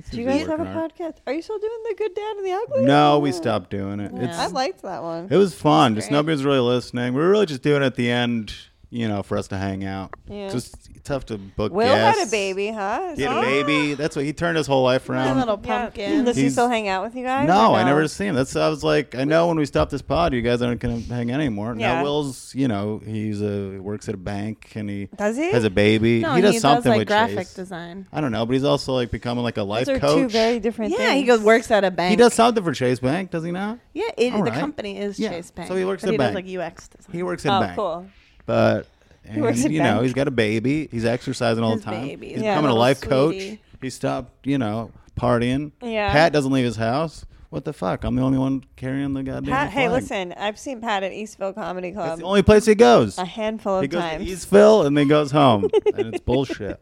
Do you guys have a podcast? Are you still doing the Good Dad and the Ugly? No, we stopped doing it. I It's liked that one. it was fun. Just nobody was really listening. We were really just doing it at the end, you know, for us to hang out. Yeah. Just tough to book. Will had a guests. baby, Oh. huh? He had Yeah. a baby. That's what he turned his whole life My around. little Yeah. pumpkin. Does he He's- still hang out with you guys? or No, I never see him. That's I was like, I know when we stop this pod, you guys aren't gonna hang out anymore. Yeah. Now Will's, you know, he's a works at a bank and he Does he? has a baby. No, he does something like with graphic Chase. design. I don't know, but he's also like becoming like a life Those are coach. two very different Yeah, things. he goes works at a bank. he does something for Chase Bank, does he not? Yeah, it, All the right. company is Yeah, Chase Bank. so he works but at he bank. does like UX design. He works at Oh, bank. cool. But and, works at you know, bank. he's got a baby. He's exercising all His the time. baby. He's Yeah. becoming a Little life coach. sweetie. He stopped, you know, partying. Yeah. Pat doesn't leave his house. What the fuck? I'm the only one carrying the goddamn. Pat, hey, flag. listen, I've seen Pat at Eastville Comedy That's Club the only place he goes. a handful of He goes times. to Eastville and then goes home, and it's bullshit.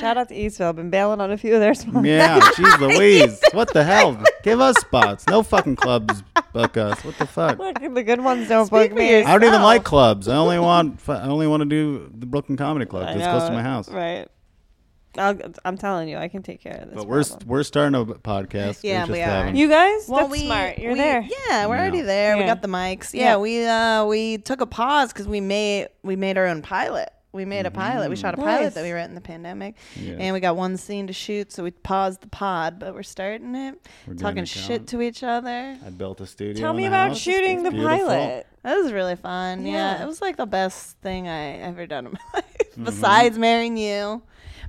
Shout out to Eastville. Been bailing on a few of their spots. Yeah, jeez Louise, what the hell? Give us spots. No fucking clubs book us. What the fuck? Look, the good ones don't Speak book for me. yourself. I don't even like clubs. I only want I only want to do the Brooklyn Comedy Club. I It's close to know, my house. Right. I'll, I'm telling you, I can take care of this. But we're problem. we're starting a podcast. we Yeah, just we are. haven't. you guys, Well, that's we, smart. You're we- there. Yeah, we're already Yeah. there. We Yeah. got the mics. Yeah. Yeah, we uh we took a pause because we made we made our own pilot. We made a pilot. We shot a Nice. pilot that we wrote in the pandemic, Yeah. and we got one scene to shoot, so we paused the pod. But we're starting it, We're doing talking it, shit Colin. to each other. I built a studio. Tell in me the about house. shooting It's the beautiful. pilot. That was really fun. Yeah. Yeah. it was like the best thing I ever done in my life, besides marrying you.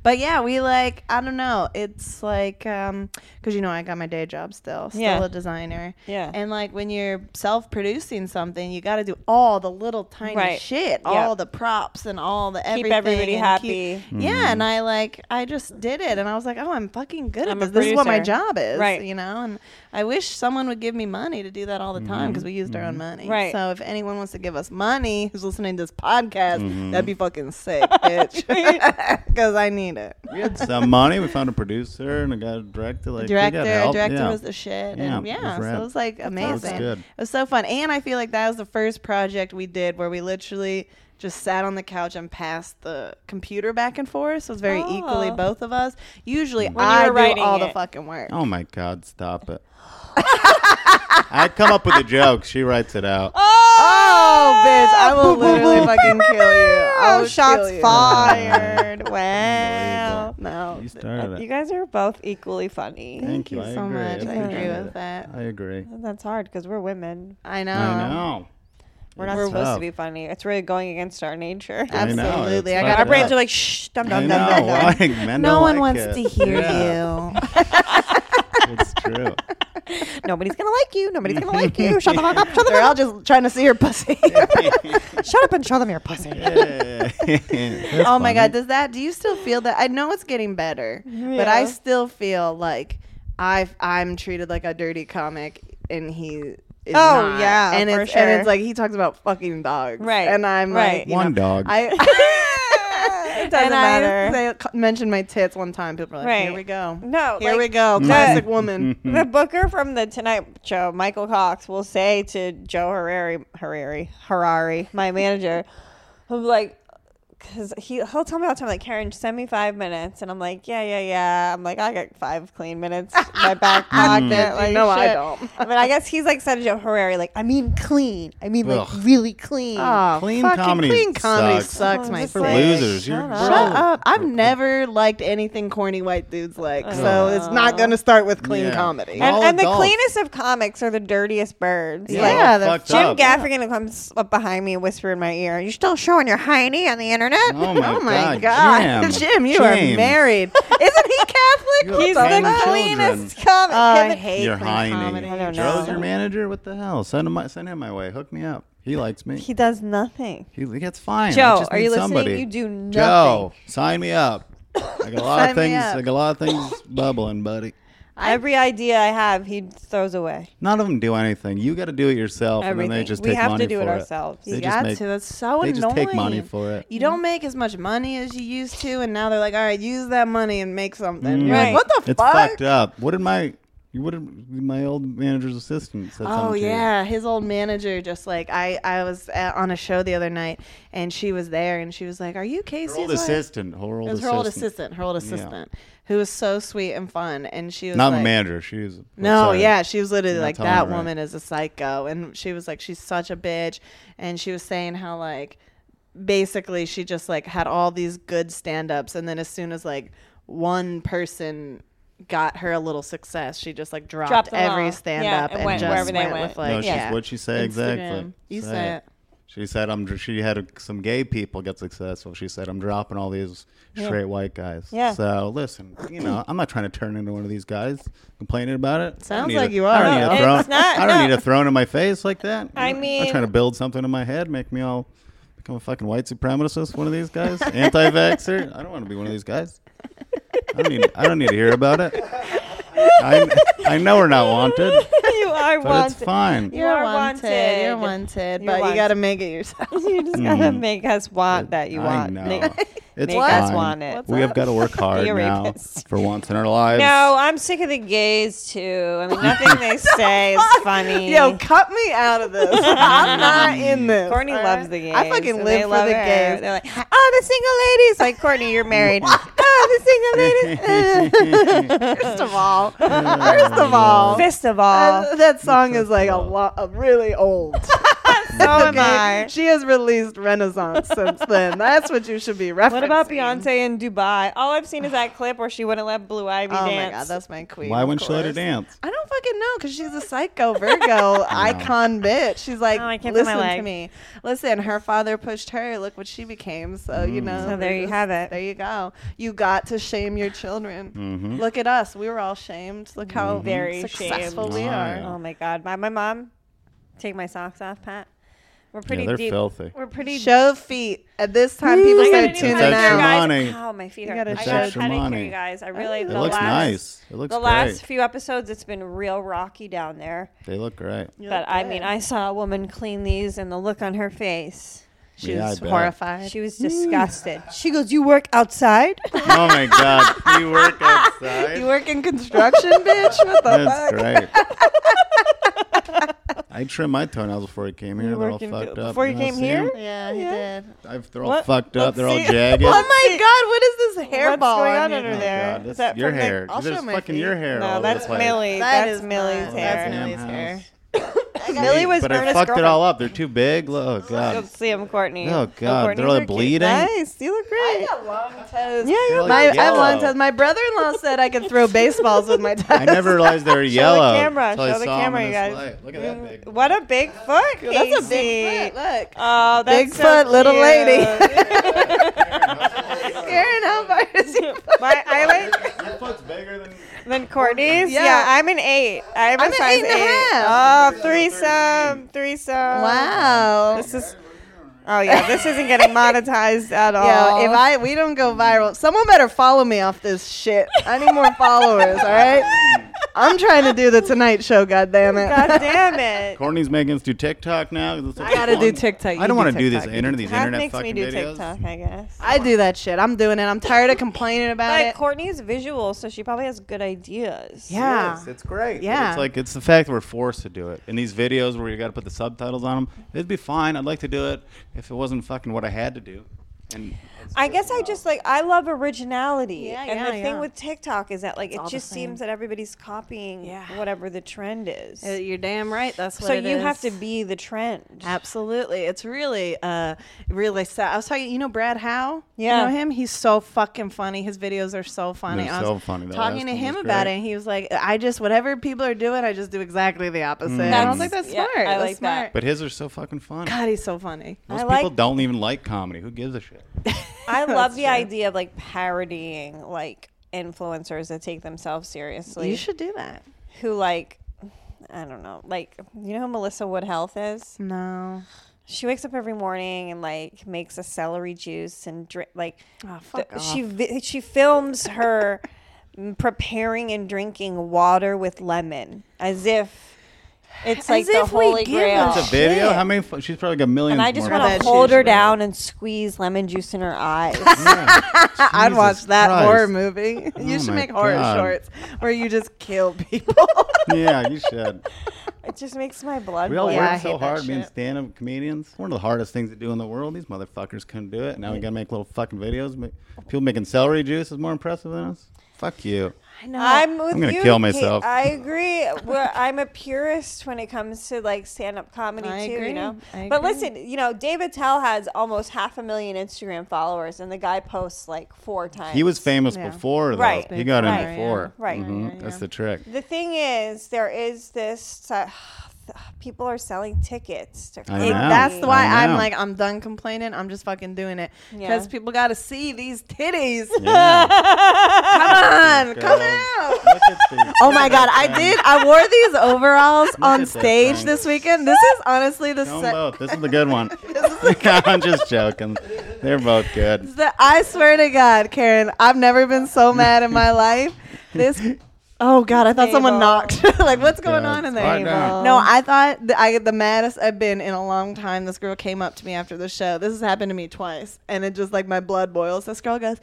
But yeah, we like I don't know. It's like um, cause you know I got my day job still, still Yeah. a designer. Yeah. and like when you're self-producing something, you got to do all the little tiny Right. shit, Yeah. all the props and all the everything. everybody and keep- happy. Yeah, and I like I just did it, and I was like, oh, I'm fucking good I'm at a this. This is what my producer. job is, Right. You know, and I wish someone would give me money to do that all the time Mm-hmm. because we used our own money. Right. So if anyone wants to give us money who's listening to this podcast, Mm-hmm. that'd be fucking sick, bitch. Because I need it. We had some money. We found a producer and a guy director. Like we got director, help. director Yeah. was the shit, Yeah, and it was yeah, so rad. it was like amazing. good. It was so fun, and I feel like that was the first project we did where we literally just sat on the couch and passed the computer back and forth. So it was very equally Oh. both of us. Usually, you were I do writing all it. the fucking work. Oh my God! Stop it. I come up with a joke. She writes it out. Oh, bitch! I will literally fucking kill you. I will shots kill you. fired. wow. No, You started You it. guys are both equally funny. Thank you. I so agree. I much. I appreciate agree it. with that. I agree. That's hard because we're women. I know. I know. We're not It's supposed tough. to be funny. It's really going against our nature. I know, it's Absolutely. I fucked got Our our up. brains are like, shh, dum I dum know. dum dum. Like, men No don't one like wants it. to hear Yeah, you. It's true. Nobody's gonna like you. Nobody's gonna like you. Shut the fuck up. Shut, They're all just trying to see your pussy. the- shut up and show them your pussy. Yeah. oh my Funny. god, does that? Do you still feel that? I know it's getting better, but I Yeah. still feel like I I'm treated like a dirty comic, and he. Is oh Oh, yeah, and for it's and sure. it's like he talks about fucking dogs, Right, And I'm right. like you One know, dog. I It doesn't and matter. I they mentioned my tits one time. People are like, Right. "Here we go, No, here like, we go, classic woman." The booker from the Tonight Show, Michael Cox, will say to Joe Harari, Harari, Harari, my manager, who's like, because he he'll tell me all the time, like, Karen, send me five minutes, and I'm like, yeah, yeah, yeah. I'm like, I got five clean minutes in my back pocket. like, No, Mm. I shit. don't. I mean, I guess he's like said to Joe Harari, like, I mean clean. I mean like Ugh. really clean. Oh, Clean fucking comedy clean comedy sucks. sucks, my It's For like, friend. losers, shut you're up. Shut Bro. up. I've never liked anything corny white dudes like, so it's not going to start with clean Yeah. comedy. Well, And, All and the adults. cleanest of comics are the dirtiest birds. Yeah. Like, all the- fucked Jim up. Gaffigan comes up behind me and whisper in my ear, "You're still showing your hiney on the internet." Oh my, oh my God. God, Jim, you are James. married. Isn't he Catholic? You're He's Fuck the them cleanest children. comic. Oh, I Kevin- hate You're clean comedy. I don't hiding. know. Joe's your manager. What the hell? Send him, my, send him my way. Hook me up. He likes me. he does nothing. He, he gets fine. Joe, I just are need you listening? somebody. You do nothing. Joe, sign me up. I got a lot Sign me of things. up. I got a lot of things bubbling, buddy. Every idea I have, he throws away. None of them do anything. You got to do it yourself, and then they Everything. just We take have to money do it for ourselves. They You just got make- to. That's so they annoying. just take money for it. You don't make as much money as you used to, and now they're like, "All right, use that money and make something." You're Right. like, what Mm. the It's fuck? fucked up. What did my what did my old manager's assistant said? Oh something to you. yeah, his old manager just like I I was at, on a show the other night and she was there and she was like, "Are you Casey's Her old wife?" assistant. Her old It was her assistant. old assistant, her old assistant, who was so sweet and fun, and she was Not like, my manager. She's No, yeah, she was literally You're not like telling that her, right?" woman is a psycho, and she was like she's such a bitch, and she was saying how like basically she just like had all these good stand-ups, and then as soon as like one person got her a little success, she just like dropped, Dropped them every all. Yeah, stand-up and and, went just wherever wherever they went, went. with like no, she's yeah, what she say exactly. Instagram. You say it. She said, "I'm." dr- She had a, some gay people get successful. She said, "I'm dropping all these straight white guys." Yeah. So listen, you know, I'm not trying to turn into one of these guys complaining about it. I don't Sounds need like a- you I are, don't, need a, though. throne, It's not- I don't no. need a throne in my face like that. I I'm mean- trying to build something in my head, make me all become a fucking white supremacist. One of these guys, anti-vaxxer. I don't want to be one of these guys. I don't need. I don't need to hear about it. I, I know we're not wanted, you are but wanted. it's fine. You are wanted. You're wanted, You're but you got to wanted. make it yourself. You just gotta make us want that you Hmm. I want. know. Make- It's make us fine. want it. What's we have got to work hard Be a now rapist. for once in our lives. No, I'm sick of the gays too. I mean, nothing they say is funny. Yo, cut me out of this. I'm not Hmm. in this. Courtney all loves right? the gays. I fucking and live they for love the her. gays. They're like, oh, the single ladies. Like Courtney, you're married. oh, the single ladies. Eh, First of all, first of all, First of all, that, that song is like a lot, really old. so am I. She has released Renaissance since then. That's what you should be referencing. What about Beyonce in Dubai? All I've seen is that clip where she wouldn't let Blue Ivy Oh dance. my god, that's my queen. Why of wouldn't she let her course. dance? I don't fucking know because she's a psycho Virgo icon bitch. She's like, Oh, I can't feel my listen to leg." me. Listen, her father pushed her. Look what she became. So, Mm. you know. So there you there's- have it. There you go. You got to shame your children. Mm-hmm. Look at us. We were all shamed. Look how Very successful shamed. we Oh, are. yeah. Oh my god, my my mom, take my socks off, Pat. We're pretty they're deep. filthy. We're pretty. Show feet. At this time, people I gotta start do tuning It's pedicure, extra out. guys. money. Oh, my feet are. gotta I It's got a extra pedicure, money. you guys. I really. It It the looks last, nice. It looks The great. last few episodes, it's been real rocky down there. they look great. But I mean, I saw a woman clean these, and the look on her face. She Yeah, I was bet. horrified. She was disgusted. She goes, "You work outside? oh my god, you work outside. you work in construction, bitch? What the That's fuck? great. I trimmed my toenails before I came here. They're all working fucked good- up. before you know, came see here? 'em? Yeah, he did. I've, they're all What? fucked up. Let's they're all see. jagged. Oh Oh my god, what is this hairball? What's going on your under head? there? God, Is that's that your from the- hair. I'll There's show my fucking feet. your hair. all No, over that's the place. Millie. That that's is Millie's not- hair. That's Millie's Damn hair. house. Millie was but I Ernest's fucked it girlfriend. all up. They're too big. Oh Go god. see him, Courtney. Oh, God, Courtney, they're all you're cute. bleeding. Nice, you look I great. got long toes. Yeah, They're you're all My, I have long yellow. toes. My brother-in-law said I could throw baseballs with my toes. I never realized they were yellow. camera. until I Show the saw 'em camera, in you this guys. light. Look at that big. What a big foot, Casey. That's a big foot. Look, Oh, that's big so foot, little cute. lady. Karen, how far is your foot? My, I like Your foot's bigger than. then Courtney's. Yeah. Yeah. I'm an eight. I'm, I'm a an size eight Oh, and a half. Oh, threesome, threesome. Wow. This is. Oh yeah, this isn't getting monetized at all. Yo, if I we don't go viral, someone better follow me off this shit. I need more followers. All right. I'm trying to do the Tonight Show. God damn it. God damn it. Courtney's making us do TikTok now. 'cause it's so I gotta fun. do TikTok. I You don't want to do this TikTok. internet. These Half internet makes me fucking do videos. TikTok, I guess. I do that shit. I'm doing it. I'm tired of complaining about But it. Courtney's visual, so she probably has good ideas. Yeah. it's great. but Yeah. it's like it's the fact that we're forced to do it. In these videos where you got to put the subtitles on them, it'd be fine. I'd like to do it if it wasn't fucking what I had to do. And I guess I just like I love originality. Yeah, and yeah, the thing yeah. with TikTok is that like it all the just same. seems that everybody's copying Yeah. whatever the trend is. Uh, You're damn right. That's what so it you have is. to be the trend. Absolutely. It's really, uh, really sad. I was talking, you know, Brad Howe? Yeah. You know him? He's so fucking funny. His videos are so funny. They're I was so funny. That last talking to one him was about great. it, and he was like, I just, whatever people are doing, I just do exactly the opposite. Mm. And I That's- was like, that's yeah, smart. I that's like that. smart. But his are so fucking fun. God, he's so funny. Most I people like- don't even like comedy. Who gives a shit? I love That's the true. idea of like parodying like influencers that take themselves seriously. You should do that. who like I don't know, like you know who Melissa Woodhealth is? No. She wakes up every morning and like makes a celery juice and drink like Oh, fuck the- she vi- she films her preparing and drinking water with lemon as if it's like the if we holy give grail. a It's a video. Oh, Shit. How many? fo- She's probably got millions. and I just more want bet to followers. hold she's her real. down and squeeze lemon juice in her eyes. Yeah. I'd Jesus watch that Christ. horror movie. Oh you should my make horror God. shorts where you just kill people. Yeah, you should. it just makes my blood We all boil. Yeah, I work so hate that hard being shit. stand-up comedians. One of the hardest things to do in the world. These motherfuckers couldn't do it. Now we gotta make little fucking videos. Ma- People making celery juice is more impressive than us. Fuck you. I know. I'm with gonna you, kill Kate. myself. I agree. Well, I'm a purist when it comes to like stand-up comedy I too. agree. You know, I but agree. listen, you know, David Tell has almost half a million Instagram followers, and the guy posts like four times. He was famous Yeah. before, though. Right. He got Right. in before. Right. Mhm. Yeah, yeah, That's yeah. the trick. The thing is, there is this. Uh, people are selling tickets. To I It- know. that's comedy. why I I'm know. like, I'm done complaining. I'm just fucking doing it Yeah. because people got to see these titties. Yeah. Come on, come Girls, out. look at these- Oh my god, I Um, did. I wore these overalls on at that stage thing. this weekend. This is honestly the Show 'em se- both. This is the good one. I'm just joking. They're both good. the I swear to God, Karen, I've never been so mad in my life. This Oh god, I thought someone Mabel. knocked. like what's going God, on in it's hard there? down. No, I thought the, I the maddest I've been in a long time. This girl came up to me after the show. This has happened to me twice, and it just like my blood boils. This girl goes,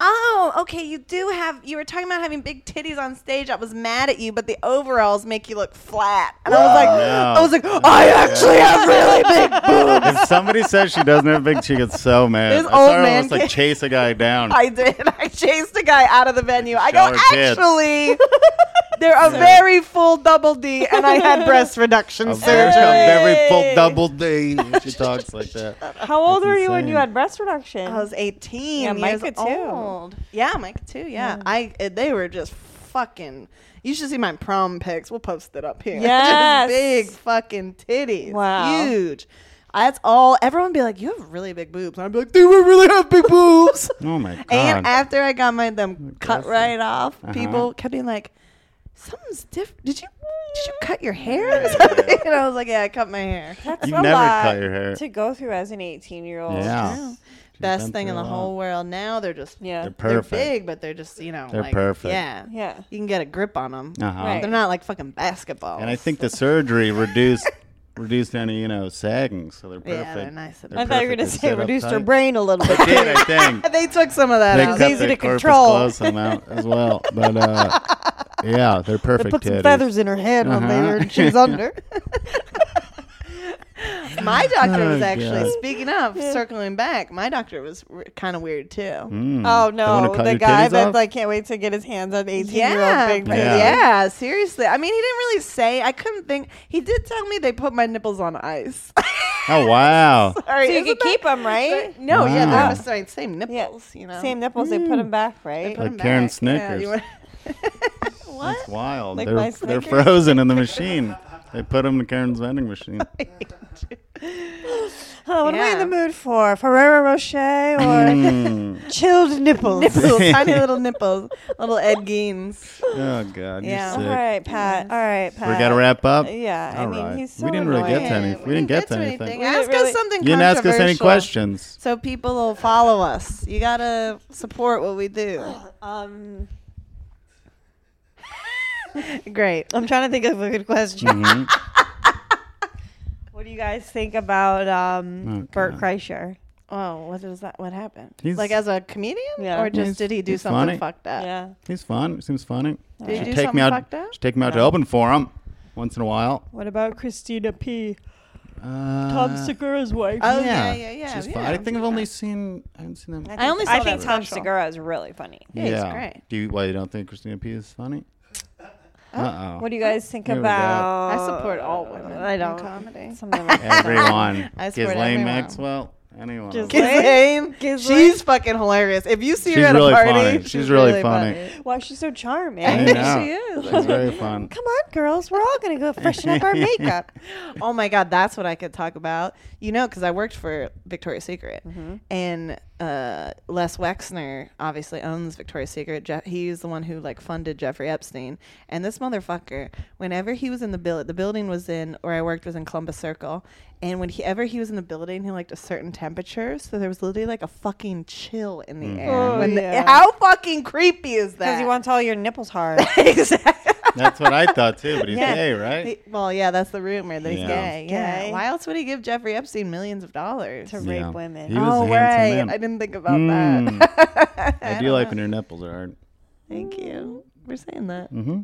"Oh, okay, you do have. You were talking about having big titties on stage. I was mad at you, but the overalls make you look flat." And I was like, no. "I was like, I actually have really big boobs." If somebody says she doesn't have big, she gets so mad. This I old saw her man almost like can't- chase a guy down. I did. I chased a guy out of the venue. I Shower go, tits. actually, they're a very full double D, and I had breast reduction A surgery. very, very Hey. full double D. She talks like that. How old That's were you when insane. you had breast reduction? I was 18 Yeah, years Micah too. old. Yeah, Micah too. Yeah, I uh, they were just fucking. You should see my prom pics. We'll post it up here. Just Yes. big fucking titties. Wow. huge. That's all. Everyone be like, "You have really big boobs," and I'd be like, "They were really have big boobs." Oh my god. And after I got my them cut right off, Uh-huh. people kept being like, "Something's different. Did you did you cut your hair?" or something? and I was like, "Yeah, I cut my hair." That's You a never lot cut your hair. to go through as an 18 year old. yeah. She's Best been thing in through a the lot. whole world. Now they're just Yeah. They're perfect. They're big, but they're just you know They're like, perfect. Yeah, Yeah. You can get a grip on them. Uh-huh. Right. They're not like fucking basketball. And I think the surgery reduced reduced any you know sagging, so they're Yeah, perfect. they're nice and I thought you were going perfect. They're to say set up reduced her tight. brain a little They bit. did, I think. they took some of that They out. cut easy their to corpus control. callosum out as well, but uh, yeah, they're perfect. Put some titties. feathers in her head when they Uh-huh. were she's under. my doctor was Oh, actually God. speaking of circling back. My doctor was r- kind of weird too. Mm. Oh They wanna no, cut the your guy titties that off? like can't wait to get his hands on 18 yeah, year old big but Yeah. yeah. seriously. I mean, he didn't really say. I couldn't think. He did tell me they put my nipples on ice. Oh wow! So you Isn't could that- keep them, right? But no, Ah. yeah, Wow. they're the same, same Yeah, nipples. You know, same nipples. Mm. They put them back, right? Put Like 'em Karen back. Yeah, Snickers. you wanna- That's wild. Like my they're they're Snickers? frozen in the machine. They put them in Karen's vending machine. Oh, what am I Yeah. in the mood for? Ferrero Rocher or Mm. chilled nipples? nipples, tiny little nipples, little Ed Geins. Oh god, Yeah. you're All sick. right, Pat. All right, Pat. We gotta wrap up. Yeah, I All mean, right. he's so we didn't really get to annoying. any. We, didn't get to anything. We Ask didn't really- us something. You didn't ask us any controversial questions. So people will follow us. You gotta support what we do. Um, Great. I'm trying to think of a good question. Mhm. What do you guys think about um, Oh, Bert God. Kreischer? Oh, what was that? What happened? He's- like as a comedian, Yeah. or just He's- did he do he's something funny. fucked up? Yeah. He's fun. Seems funny. Did he Should do take me something out. fucked up? should take me out to No. open for him once in a while. What about Christina P? Uh, Tom Segura's wife. Oh yeah, yeah, yeah. She's yeah. fun. I think I've only seen. I haven't seen them. I only saw I think that Tom special. Segura is really funny. Yeah, he's great. Do you? Why you don't think Christina P is funny? Uh oh. What do you guys think Here we go. about? I support all women. I don't. In comedy. Something like that. Everyone. I support Ghislaine everyone. Maxwell. Anyone? Just- Ghislaine, Ghislaine? she's fucking hilarious. If you see She's her at really a party, funny. She's really funny. Why she's so charming? I know. she is. She's very fun. Come on, girls. We're all gonna go freshen up our makeup. Mm-hmm. Oh my God, that's what I could talk about. You know, because I worked for Victoria's Secret, and uh, Les Wexner obviously owns Victoria's Secret. Jeff, he's the one who like funded Jeffrey Epstein. And this motherfucker, whenever he was in the building, the building was in where I worked was in Columbus Circle. And whenever he was in the building, he liked a certain temperature, so there was literally like a fucking chill in the Mm. air. Oh, when the- yeah. how fucking creepy is that? Because he wants all your nipples hard. exactly. That's what I thought too, but he's Yeah. gay, right? He- Well, yeah, that's the rumor that he's Yeah. gay. Yeah. Gay. Why else would he give Jeffrey Epstein millions of dollars? To- Yeah. Rape women. He was oh, a handsome right. man. I didn't think about Mm. that. I do like when your nipples are hard. Thank you. We're saying that. Mm-hmm.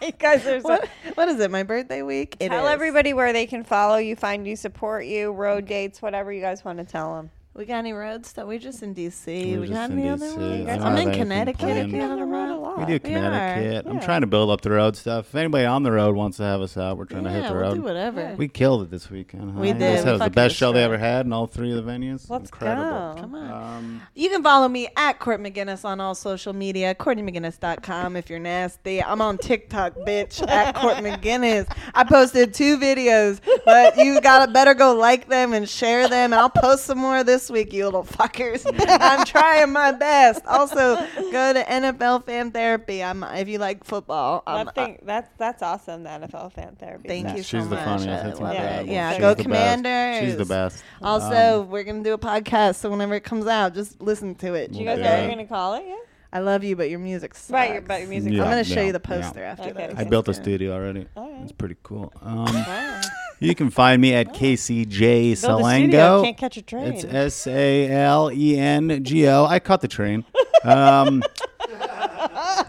you guys are so. What, what is it? My birthday week? It Tell is. everybody where they can follow you, find you, support you, road dates, whatever you guys want to tell them. We got any road stuff? We're just in D.C. We're we just got in any other DC. road? I don't have I'm in anything Connecticut. planned. We're on the road a lot. We do are, Connecticut. I'm yeah. trying to build up the road stuff. If anybody on the road wants to have us out, we're trying to hit Yeah, the we'll road. do whatever. We killed it this weekend. Huh? We I did. guess We That was the fucking best show they destroyed ever had in all three of the venues. Let's Incredible. go. Come on. Um, You can follow me at Court McGinnis on all social media, CourtneyMcGinnis.com if you're nasty. I'm on TikTok, bitch, at Court McGinnis. I posted two videos, but you gotta better go like them and share them. And I'll post some more this week, you little fuckers. I'm trying my best. Also, go to NFL Fan Therapy. I'm if you like football. I'm, uh, that thing, that's that's awesome. The NFL fan therapy. Thank yeah, you so she's the much. funniest. I That's love it. incredible. Yeah, She's go the Commanders. Best. She's the best. Um, Also, we're gonna do a podcast, so whenever it comes out, just listen to it. Do You guys Yeah. know what you're gonna call it? Yeah. I love you, but your music sucks. Right. Your, but your music. Yeah. I'm gonna show yeah, you the yeah. poster after Okay. this. I built a studio already. Alright. It's pretty cool. Um, Wow. you can find me at KCJ Build a Salango. studio, Can't catch a train. It's S A L E N G O. I caught the train. Um,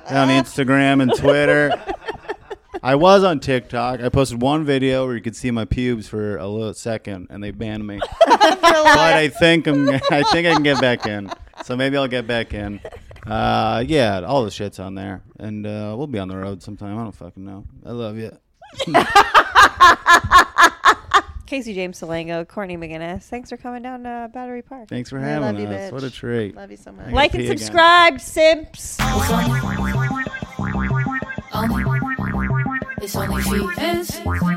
on Instagram and Twitter. I was on TikTok. I posted one video where you could see my pubes for a little second, and they banned me. but I think I'm, I think I can get back in. So maybe I'll get back in. Uh, yeah, all the shit's on there, and uh, we'll be on the road sometime. I don't fucking know. I love you. Casey James Salango, Courtney McGinnis. Thanks for coming down to Battery Park. Thanks for I having love you, us. What a bitch. treat. Love you so much. Like and Pee again. subscribe, simps. It's only, only, it's only she is.